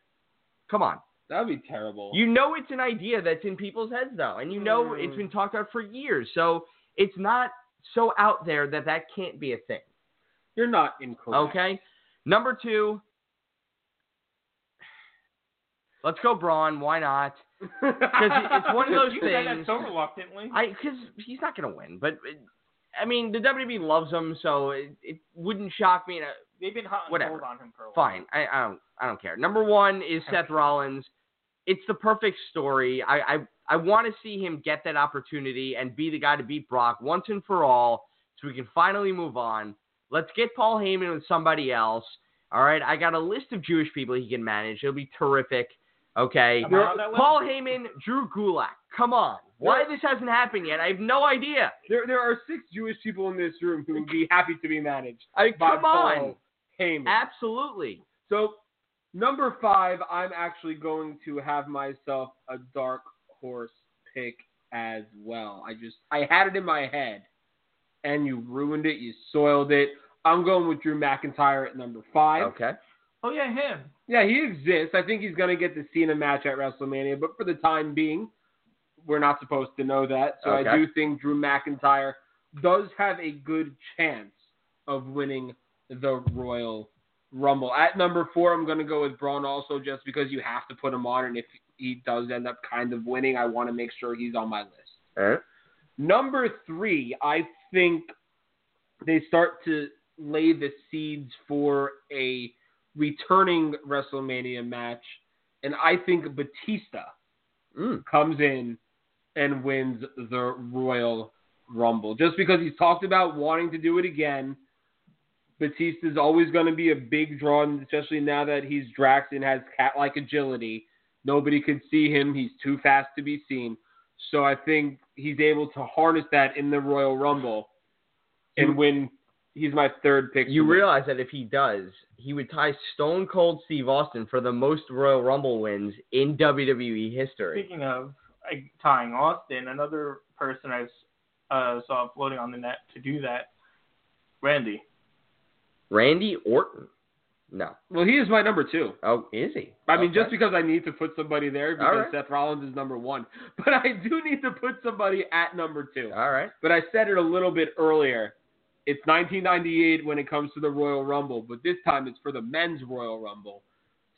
Speaker 3: Come on.
Speaker 4: That'd be terrible.
Speaker 3: You know it's an idea that's in people's heads though, and you know
Speaker 5: Mm.
Speaker 3: it's been talked about for years. So it's not so out there that that can't be a thing.
Speaker 4: You're not incorrect.
Speaker 3: Okay. Number two. Let's go Braun. Why not? it's one of those
Speaker 5: you said
Speaker 3: things.
Speaker 5: that so reluctantly.
Speaker 3: I because he's not gonna win, but it, I mean the WWE loves him, so it, it wouldn't shock me. and, uh,
Speaker 5: They've been hot and
Speaker 3: Whatever.
Speaker 5: cold on him for a while.
Speaker 3: Fine. I, I don't. I don't care. Number one is Seth Rollins. It's the perfect story. I I, I want to see him get that opportunity and be the guy to beat Brock once and for all, so we can finally move on. Let's get Paul Heyman with somebody else. All right. I got a list of Jewish people he can manage. It'll be terrific. Okay.
Speaker 5: Am I on that list?
Speaker 3: Paul Heyman, Drew Gulak. Come on. Why this hasn't happened yet? I have no idea.
Speaker 4: There, there are six Jewish people in this room who would be happy to be managed.
Speaker 3: I mean,
Speaker 4: by
Speaker 3: come on.
Speaker 4: Paul Heyman.
Speaker 3: Absolutely.
Speaker 4: So, number five, I'm actually going to have myself a dark horse pick as well. I just, I had it in my head, and you ruined it. You soiled it. I'm going with Drew McIntyre at number five.
Speaker 3: Okay.
Speaker 5: Oh yeah, him.
Speaker 4: Yeah, he exists. I think he's going to get the Cena match at WrestleMania, but for the time being, we're not supposed to know that. So
Speaker 3: Okay.
Speaker 4: I do think Drew McIntyre does have a good chance of winning the Royal Rumble. At number four, I'm going to go with Braun also just because you have to put him on, and if he does end up kind of winning, I want to make sure he's on my list.
Speaker 1: All right.
Speaker 4: Number three, I think they start to lay the seeds for a returning WrestleMania match, and I think Batista
Speaker 3: Mm.
Speaker 4: comes in and wins the Royal Rumble. Just because he's talked about wanting to do it again, Batista's always going to be a big draw, and especially now that he's Drax and has cat like agility. Nobody could see him. He's too fast to be seen. So I think he's able to harness that in the Royal Rumble and win. He's my third pick.
Speaker 3: You
Speaker 4: to win.
Speaker 3: realize that if he does, he would tie Stone Cold Steve Austin for the most Royal Rumble wins in WWE history.
Speaker 5: Speaking of like, tying Austin, another person I s- uh, saw floating on the net to do that, Randy.
Speaker 3: Randy Orton. No.
Speaker 4: Well, he is my number two.
Speaker 3: Oh, is he?
Speaker 4: I mean,
Speaker 3: Okay.
Speaker 4: just because I need to put somebody there
Speaker 3: All
Speaker 4: because
Speaker 3: right.
Speaker 4: Seth Rollins is number one, but I do need to put somebody at number two.
Speaker 3: All right.
Speaker 4: But I said it a little bit earlier. It's 1998 when it comes to the Royal Rumble, but this time it's for the men's Royal Rumble.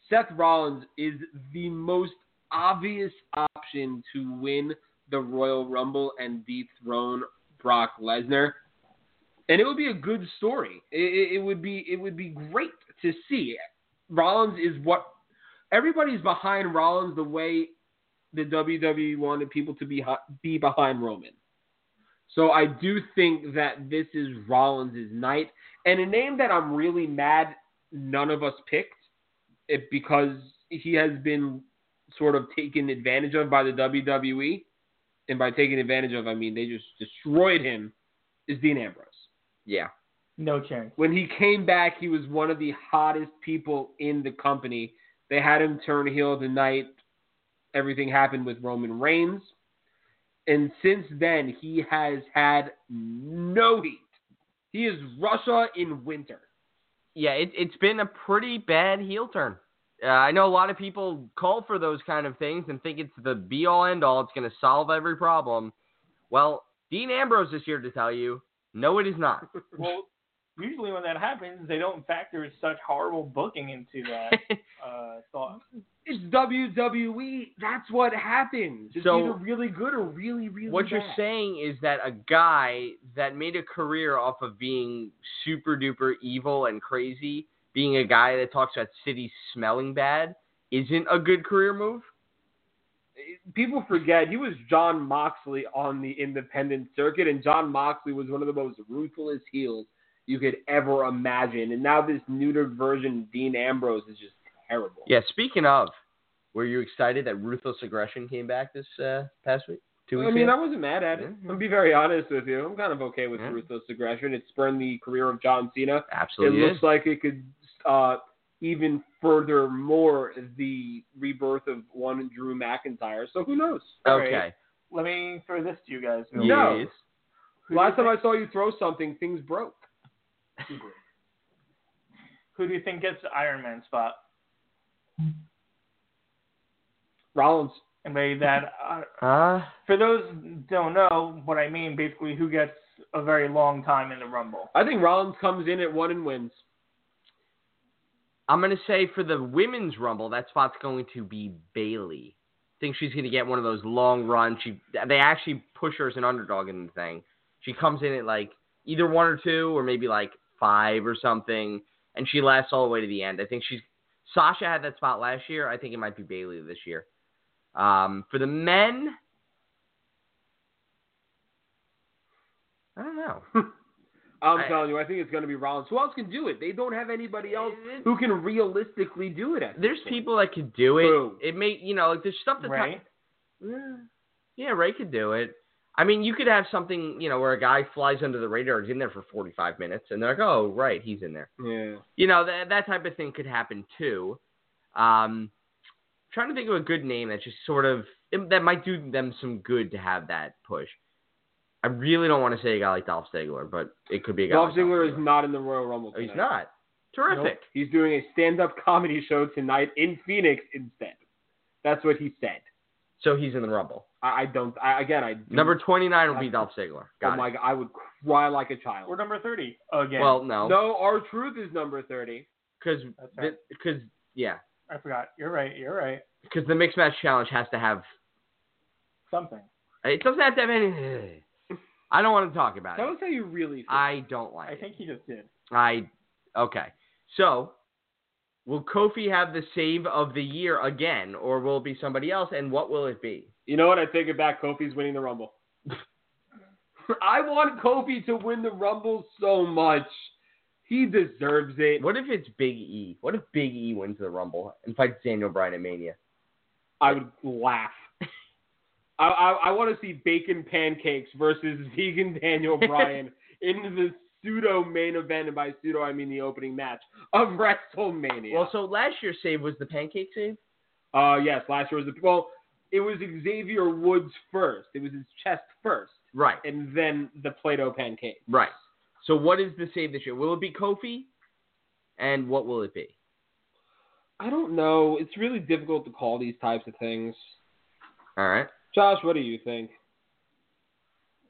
Speaker 4: Seth Rollins is the most obvious option to win the Royal Rumble and dethrone Brock Lesnar. And it would be a good story. It- It, it would be it would be great to see. Rollins is what everybody's behind Rollins the way the WWE wanted people to be hi- be behind Roman. So I do think that this is Rollins' night. And a name that I'm really mad none of us picked it, because he has been sort of taken advantage of by the WWE. And by taking advantage of, I mean they just destroyed him, is Dean Ambrose.
Speaker 3: Yeah.
Speaker 5: No chance.
Speaker 4: When he came back, he was one of the hottest people in the company. They had him turn heel the night everything happened with Roman Reigns. And since then, he has had no heat. He is Russia in winter.
Speaker 3: Yeah, it, it's been a pretty bad heel turn. Uh, I know a lot of people call for those kind of things and think it's the be all end all. It's going to solve every problem. Well, Dean Ambrose is here to tell you no, it is not.
Speaker 5: Well, usually when that happens, they don't factor such horrible booking into that uh, thought.
Speaker 4: It's WWE. That's what happens. It's
Speaker 3: So-
Speaker 4: either really good or really, really
Speaker 3: what you're
Speaker 4: bad.
Speaker 3: saying is that a guy that made a career off of being super duper evil and crazy, being a guy that talks about cities smelling bad, isn't a good career move?
Speaker 4: people forget he was John Moxley on the independent circuit, and John Moxley was one of the most ruthless heels you could ever imagine. And now this neutered version, of Dean Ambrose, is just terrible.
Speaker 3: Yeah, speaking of, were you excited that Ruthless Aggression came back this uh, past week? Two weeks
Speaker 4: I mean,
Speaker 3: ago?
Speaker 4: I wasn't mad at it.
Speaker 3: Yeah.
Speaker 4: I'm gonna be very honest with you. I'm kind of okay with
Speaker 3: Yeah.
Speaker 4: ruthless aggression. It spurned the career of John Cena. It
Speaker 3: Absolutely.
Speaker 4: looks like it could uh, even further more the rebirth of one Drew McIntyre. So who knows?
Speaker 3: okay.
Speaker 5: Let me throw this to you guys.
Speaker 4: Yeah. No.
Speaker 3: Yes.
Speaker 5: Who do you
Speaker 4: Last time
Speaker 5: think-
Speaker 4: I saw you throw something, things broke.
Speaker 5: Who do you think gets the Iron Man spot?
Speaker 4: Rollins.
Speaker 5: And by that, uh,
Speaker 3: Uh,
Speaker 5: for those who don't know what I mean, basically who gets a very long time in the Rumble.
Speaker 4: I think Rollins comes in at one and wins.
Speaker 3: I'm gonna say for the women's rumble, that spot's going to be Bailey. Think she's gonna get one of those long runs. She they actually push her as an underdog in the thing. She comes in at like either one or two, or maybe like five or something, and she lasts all the way to the end. I think she's Sasha had that spot last year. I think it might be Bailey this year. Um, for the men, I don't know.
Speaker 4: I'm
Speaker 3: I-
Speaker 4: telling you, I think it's going to be Rollins. Who else can do it? They don't have anybody else who can realistically do it. At this
Speaker 3: There's
Speaker 4: point.
Speaker 3: people that could do it.
Speaker 4: Who?
Speaker 3: It may, you know, like there's stuff that's not-
Speaker 5: Right?
Speaker 3: Yeah. Yeah, Ray could do it. I mean, you could have something, you know, where a guy flies under the radar, is in there for 45 minutes, and they're like, oh, right, he's in there.
Speaker 4: Yeah.
Speaker 3: You know, that that type of thing could happen too. Um, trying to think of a good name that just sort of that might do them some good to have that push. I really don't want to say a guy like Dolph Ziggler, but it could be a guy.
Speaker 4: Dolph
Speaker 3: like
Speaker 4: Ziggler is not in the Royal Rumble.
Speaker 3: Oh, he's
Speaker 4: tonight.
Speaker 3: not.
Speaker 4: Nope.
Speaker 3: Terrific.
Speaker 4: He's doing a stand-up comedy show tonight in Phoenix instead. That's what he said.
Speaker 3: So he's in the Rumble.
Speaker 4: I, I don't. I, again, I do-
Speaker 3: Number 29 will be
Speaker 4: I-
Speaker 3: Dolph Ziggler.
Speaker 4: Mm-hmm. Oh
Speaker 3: Got
Speaker 4: my
Speaker 3: it.
Speaker 4: God, I would cry like a
Speaker 5: Or
Speaker 4: child.
Speaker 5: number 30 again.
Speaker 3: Well, no,
Speaker 4: No, our truth is number thirty.
Speaker 3: because
Speaker 5: That's right.
Speaker 3: because yeah.
Speaker 5: I forgot. You're right. You're right.
Speaker 3: because the mixed match challenge has to have.
Speaker 5: Something.
Speaker 3: It doesn't have to have any. I don't want to talk about
Speaker 4: Tell
Speaker 3: it.
Speaker 4: us how you really feel.
Speaker 3: I don't like
Speaker 5: I
Speaker 3: it.
Speaker 5: think he just did.
Speaker 3: I okay. So will Kofi have the save of the year again, or will it be somebody else? And what will it be?
Speaker 4: You know what? I take it back. Kofi's winning the Rumble. I want Kofi to win the Rumble so much. He deserves it.
Speaker 3: What if it's Big E? What if Big E wins the Rumble and fights Daniel Bryan at Mania?
Speaker 4: I would laugh. I, I, I want to see bacon pancakes versus vegan Daniel Bryan in the pseudo main event, and by pseudo I mean the opening match of WrestleMania.
Speaker 3: Well, so last year's save was the pancake save.
Speaker 4: uh, yes, last year was the well, it was Xavier Woods first. It was his chest first,
Speaker 3: Right,
Speaker 4: and then the Play-Doh pancake.
Speaker 3: right. So what is the save this year? Will it be Kofi? And what will it be?
Speaker 4: I don't know. It's really difficult to call these types of things.
Speaker 3: All right.
Speaker 4: Josh, what do you think?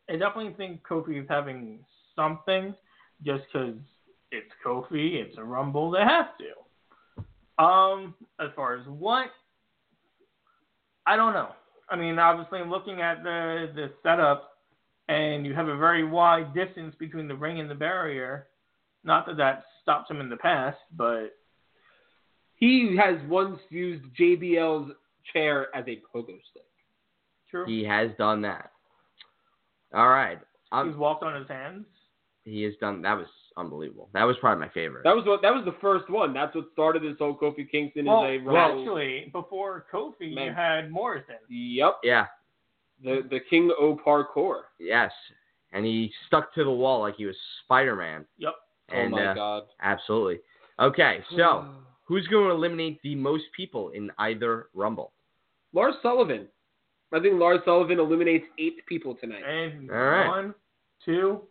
Speaker 5: I definitely think Kofi is having something just because it's Kofi, it's a Rumble, they have to. Um, as far as what, I don't know. I mean, obviously, I'm looking at the, the setup, and you have a very wide distance between the ring and the barrier. Not that that stopped him in the past, but
Speaker 4: He has once used JBL's chair as a pogo stick.
Speaker 5: true.
Speaker 3: He has done that. All right.
Speaker 5: He's
Speaker 3: Um,
Speaker 5: walked on his hands.
Speaker 3: he has done. That was unbelievable. That was probably my favorite.
Speaker 4: That was what that was the first one. That's what started this whole Kofi Kingston
Speaker 5: Well,
Speaker 4: is a Rumble.
Speaker 5: actually, before Kofi, you
Speaker 4: Man.
Speaker 5: had Morrison.
Speaker 4: Yep,
Speaker 3: yeah.
Speaker 4: the the King O parkour. Oh
Speaker 3: Yes. And he stuck to the wall like he was Spider Man.
Speaker 5: Yep.
Speaker 3: And
Speaker 4: oh my
Speaker 3: uh,
Speaker 4: god.
Speaker 3: absolutely. Okay, so who's going to eliminate the most people in either Rumble?
Speaker 4: Lars Sullivan. I think Lars Sullivan eliminates eight people tonight.
Speaker 5: And
Speaker 3: All right. Uh,
Speaker 5: one, two,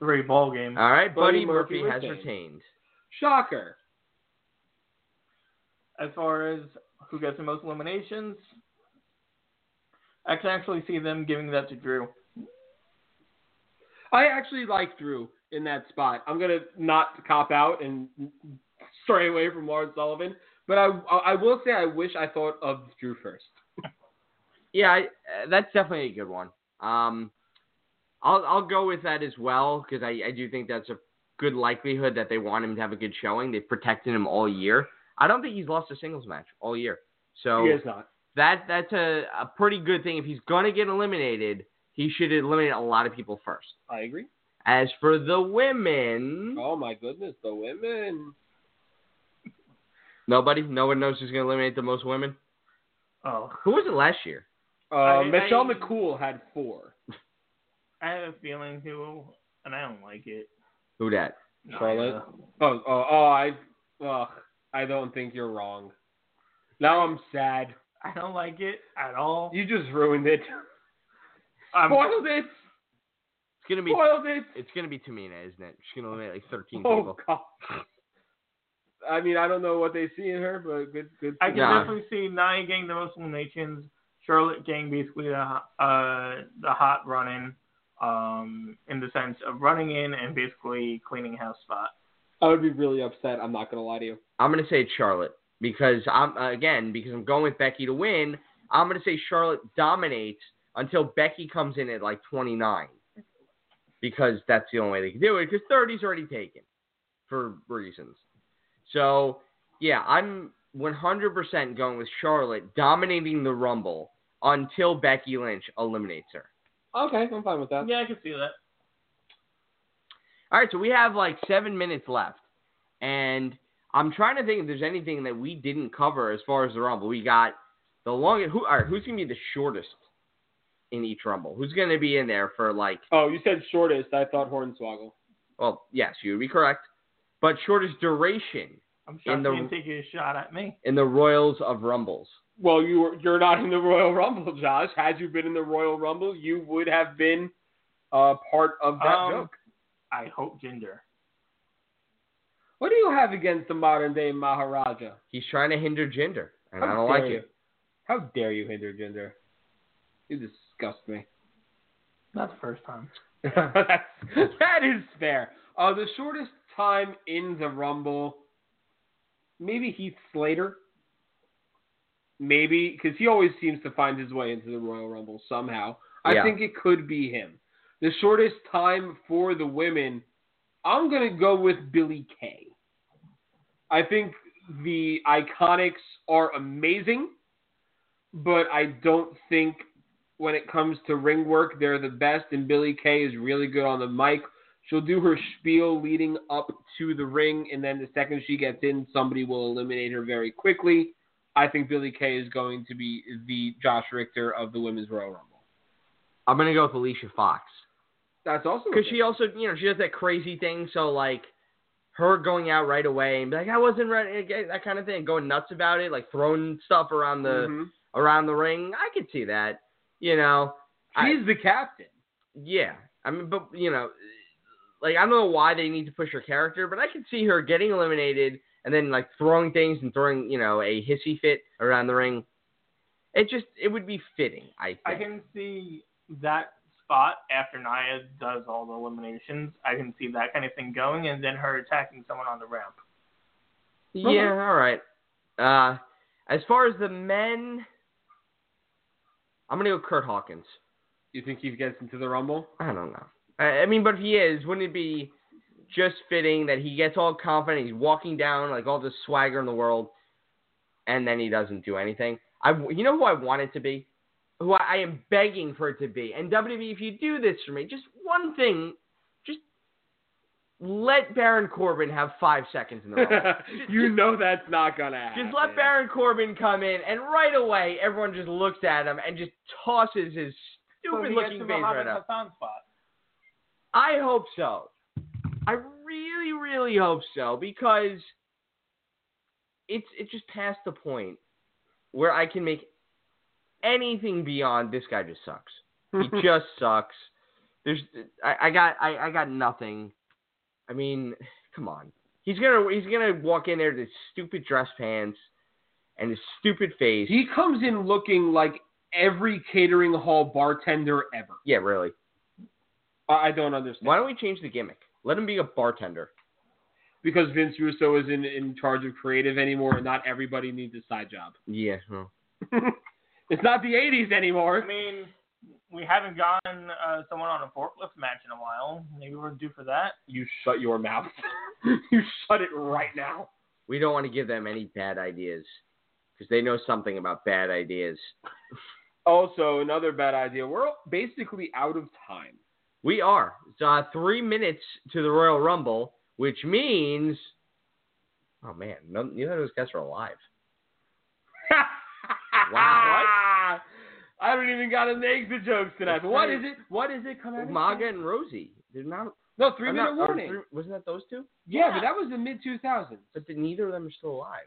Speaker 5: three ball game.
Speaker 3: All right, Buddy,
Speaker 4: Mm-hmm. Buddy
Speaker 3: Murphy,
Speaker 4: Murphy
Speaker 3: has
Speaker 4: retained.
Speaker 3: retained.
Speaker 4: Shocker.
Speaker 5: As far as who gets the most eliminations, I can actually see them giving that to Drew.
Speaker 4: I actually like Drew in that spot. I'm gonna not cop out and stray away from Lars Sullivan, but I I will say I wish I thought of Drew first.
Speaker 3: Yeah, I, uh, that's definitely a good one. Um, I'll I'll go with that as well because I, I do think that's a good likelihood that they want him to have a good showing. They've protected him all year. I don't think he's lost a singles match all year. So
Speaker 4: He is not.
Speaker 3: that that's a, a pretty good thing. If he's gonna get eliminated, he should eliminate a lot of people first.
Speaker 4: I agree.
Speaker 3: As for the women,
Speaker 4: Oh my goodness, the women.
Speaker 3: nobody, no one knows who's gonna eliminate the most women.
Speaker 5: Oh,
Speaker 3: Who was it last year?
Speaker 4: Uh,
Speaker 5: I-
Speaker 4: Michelle
Speaker 5: I-
Speaker 4: McCool had four.
Speaker 5: I have a feeling he will, and I don't like it.
Speaker 3: Who that?
Speaker 5: No,
Speaker 4: Charlotte?
Speaker 5: uh,
Speaker 4: Oh, oh, oh I, ugh, I don't think you're wrong. Now I'm sad.
Speaker 5: I don't like it at all.
Speaker 4: You just ruined it.
Speaker 5: I'm,
Speaker 4: Spoiled it.
Speaker 3: It's gonna be
Speaker 4: Spoiled it.
Speaker 3: it's gonna be Tamina, isn't it? She's gonna eliminate like thirteen
Speaker 4: Oh
Speaker 3: people.
Speaker 4: God. I mean, I don't know what they see in her, but good, good.
Speaker 5: I
Speaker 4: for
Speaker 5: can
Speaker 3: Yeah.
Speaker 4: her.
Speaker 5: definitely see Nia getting the most eliminations. Charlotte getting basically the uh, the hot run-in, um, in the sense of running in and basically cleaning house spot.
Speaker 4: I would be really upset. I'm not gonna lie to you.
Speaker 3: I'm gonna say it's Charlotte because I'm uh, again because I'm going with Becky to win. I'm gonna say Charlotte dominates until Becky comes in at like 29 because that's the only way they can do it because 30's already taken for reasons. So yeah, I'm 100% going with Charlotte dominating the Rumble until Becky Lynch eliminates her.
Speaker 4: Okay, I'm fine with that.
Speaker 5: Yeah, I can see that.
Speaker 3: All right, so we have like seven minutes left, and I'm trying to think if there's anything that we didn't cover as far as the rumble. We got the longest. Who? All right, who's gonna be the shortest in each rumble? Who's gonna be in there for like?
Speaker 4: Oh, you said shortest. I thought Hornswoggle.
Speaker 3: Well, yes, you would be correct, but shortest duration
Speaker 5: I'm shocked
Speaker 3: the-
Speaker 5: you didn't take a shot at me.
Speaker 3: in the Royals of Rumbles.
Speaker 4: Well, you were, you're not in the Royal Rumble, Josh. Had you been in the Royal Rumble, you would have been uh, part of that
Speaker 5: Um,
Speaker 4: joke.
Speaker 5: I hope Ginger.
Speaker 4: What do you have against the modern day Maharaja?
Speaker 3: He's trying to hinder gender, and I
Speaker 4: How
Speaker 3: don't
Speaker 4: dare
Speaker 3: like
Speaker 4: you.
Speaker 3: it.
Speaker 4: How dare you hinder gender? You disgust me.
Speaker 5: Not the first time.
Speaker 4: That's, that is fair. Uh, the shortest time in the Rumble, maybe Heath Slater. maybe because he always seems to find his way into the Royal Rumble somehow. I
Speaker 3: Yeah.
Speaker 4: think it could be him. The shortest time for the women, I'm gonna go with Billy Kay. I think the Iconics are amazing, but I don't think when it comes to ring work they're the best. And Billy Kay is really good on the mic. She'll do her spiel leading up to the ring, and then the second she gets in, somebody will eliminate her very quickly. I think Billy Kay is going to be the Josh Richter of the Women's Royal Rumble.
Speaker 3: I'm gonna go with Alicia Fox
Speaker 4: That's also
Speaker 3: because she also, you know, she does that crazy thing. So like, her going out right away and be like, I wasn't ready, that kind of thing, going nuts about it, like throwing stuff around the
Speaker 4: Mhm.
Speaker 3: around the ring. I could see that. You know, I-
Speaker 4: she's the captain.
Speaker 3: yeah. I mean, but you know, like I don't know why they need to push her character, but I could see her getting eliminated and then like throwing things and throwing you know a hissy fit around the ring. It just it would be fitting. I think.
Speaker 5: I can see that spot after Nia does all the eliminations. I can see that kind of thing going, and then her attacking someone on the ramp.
Speaker 3: Yeah, all right. Uh, as far as the men, I'm gonna go Kurt Hawkins.
Speaker 4: You think he gets into the Rumble?
Speaker 3: I don't know. I, I mean, but if he is, wouldn't it be just fitting that he gets all confident, he's walking down like all the swagger in the world, and then he doesn't do anything? I, you know who I want it to be, who I, I am begging for it to be, and WWE, if you do this for me, just one thing, just let Baron Corbin have five seconds in the ring.
Speaker 4: you know that's not gonna happen.
Speaker 3: Just let Baron Corbin come in, and right away, everyone just looks at him and just tosses his
Speaker 5: So
Speaker 3: stupid
Speaker 5: he
Speaker 3: looking
Speaker 5: gets the
Speaker 3: face right
Speaker 5: Muhammad
Speaker 3: up.
Speaker 5: Hassan spot.
Speaker 3: I hope so. I really, really hope so because it's it's just past the point where I can make anything beyond this guy just sucks. He just sucks. There's I, I got I, I got nothing. I mean, come on. He's gonna he's gonna walk in there with his stupid dress pants and his stupid face.
Speaker 4: He comes in looking like every catering hall bartender ever.
Speaker 3: yeah, really.
Speaker 4: I I don't understand
Speaker 3: Why don't we change the gimmick? Let him be a bartender.
Speaker 4: because Vince Russo isn't in charge of creative anymore, and not everybody needs a side job.
Speaker 3: Yeah. well,
Speaker 4: It's not the '80s anymore.
Speaker 5: I mean, we haven't gotten uh, someone on a forklift match in a while. Maybe we're due for that.
Speaker 4: You shut your mouth. you shut it right now.
Speaker 3: We don't want to give them any bad ideas because they know something about bad ideas.
Speaker 4: Also, another bad idea. We're basically out of time.
Speaker 3: We are It's, uh, three minutes to the Royal Rumble, which means, oh man, none, neither of those guys are alive. Wow.
Speaker 4: I don't even got to make the jokes tonight. But what is it? What is it? Come out.
Speaker 3: Umaga and Rosie, they're not.
Speaker 4: No, uh, three
Speaker 3: are
Speaker 4: minute
Speaker 3: not- are
Speaker 4: warning.
Speaker 3: three- wasn't that those two?
Speaker 4: Yeah, but that was the mid 2000s.
Speaker 3: But the, neither of them are still alive.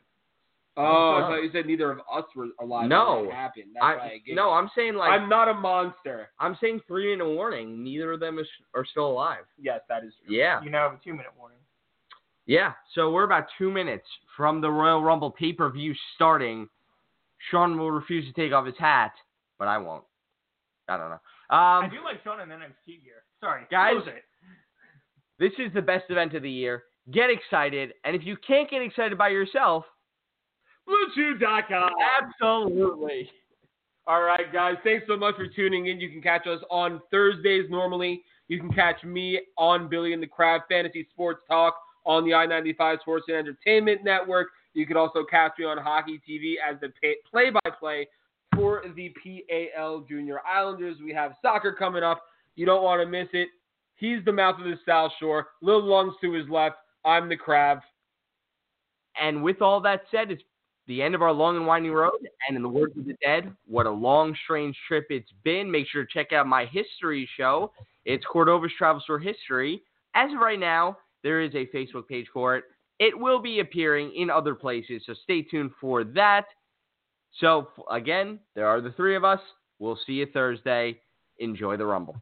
Speaker 4: Oh, I thought you said neither of us were alive.
Speaker 3: No.
Speaker 4: when that happened. That's why I
Speaker 3: I,
Speaker 4: giggled.
Speaker 3: no, I'm saying like
Speaker 4: I'm not a monster.
Speaker 3: I'm saying three minute warning. Neither of them is, are still alive.
Speaker 4: Yes, that is true.
Speaker 3: Yeah.
Speaker 5: You now have a two-minute warning.
Speaker 3: Yeah, so we're about two minutes from the Royal Rumble pay per view starting. Sean will refuse to take off his hat, but I won't. I don't know.
Speaker 5: I
Speaker 3: Um,
Speaker 5: do like Sean in NXT gear. Sorry,
Speaker 3: Guys,
Speaker 5: close it.
Speaker 3: this is the best event of the year. Get excited, and if you can't get excited by yourself,
Speaker 4: BlueChew.com.
Speaker 3: absolutely.
Speaker 4: All right, guys. Thanks so much for tuning in. You can catch us on Thursdays normally. You can catch me on Billy and the Crab Fantasy Sports Talk on the I 95 Sports and Entertainment Network. You can also catch me on Hockey TV as the play by play for the PAL Junior Islanders. We have soccer coming up. You don't want to miss it. He's the mouth of the South Shore. Lil Lungs to his left. I'm the Crab.
Speaker 3: And with all that said, it's the end of our long and winding road. And in the words of the dead, what a long, strange trip it's been. Make sure to check out my history show. It's Cordova's Travel Store History. As of right now, there is a Facebook page for it. It will be appearing in other places, so stay tuned for that. So, f- again, there are the three of us. We'll see you Thursday. Enjoy the Rumble.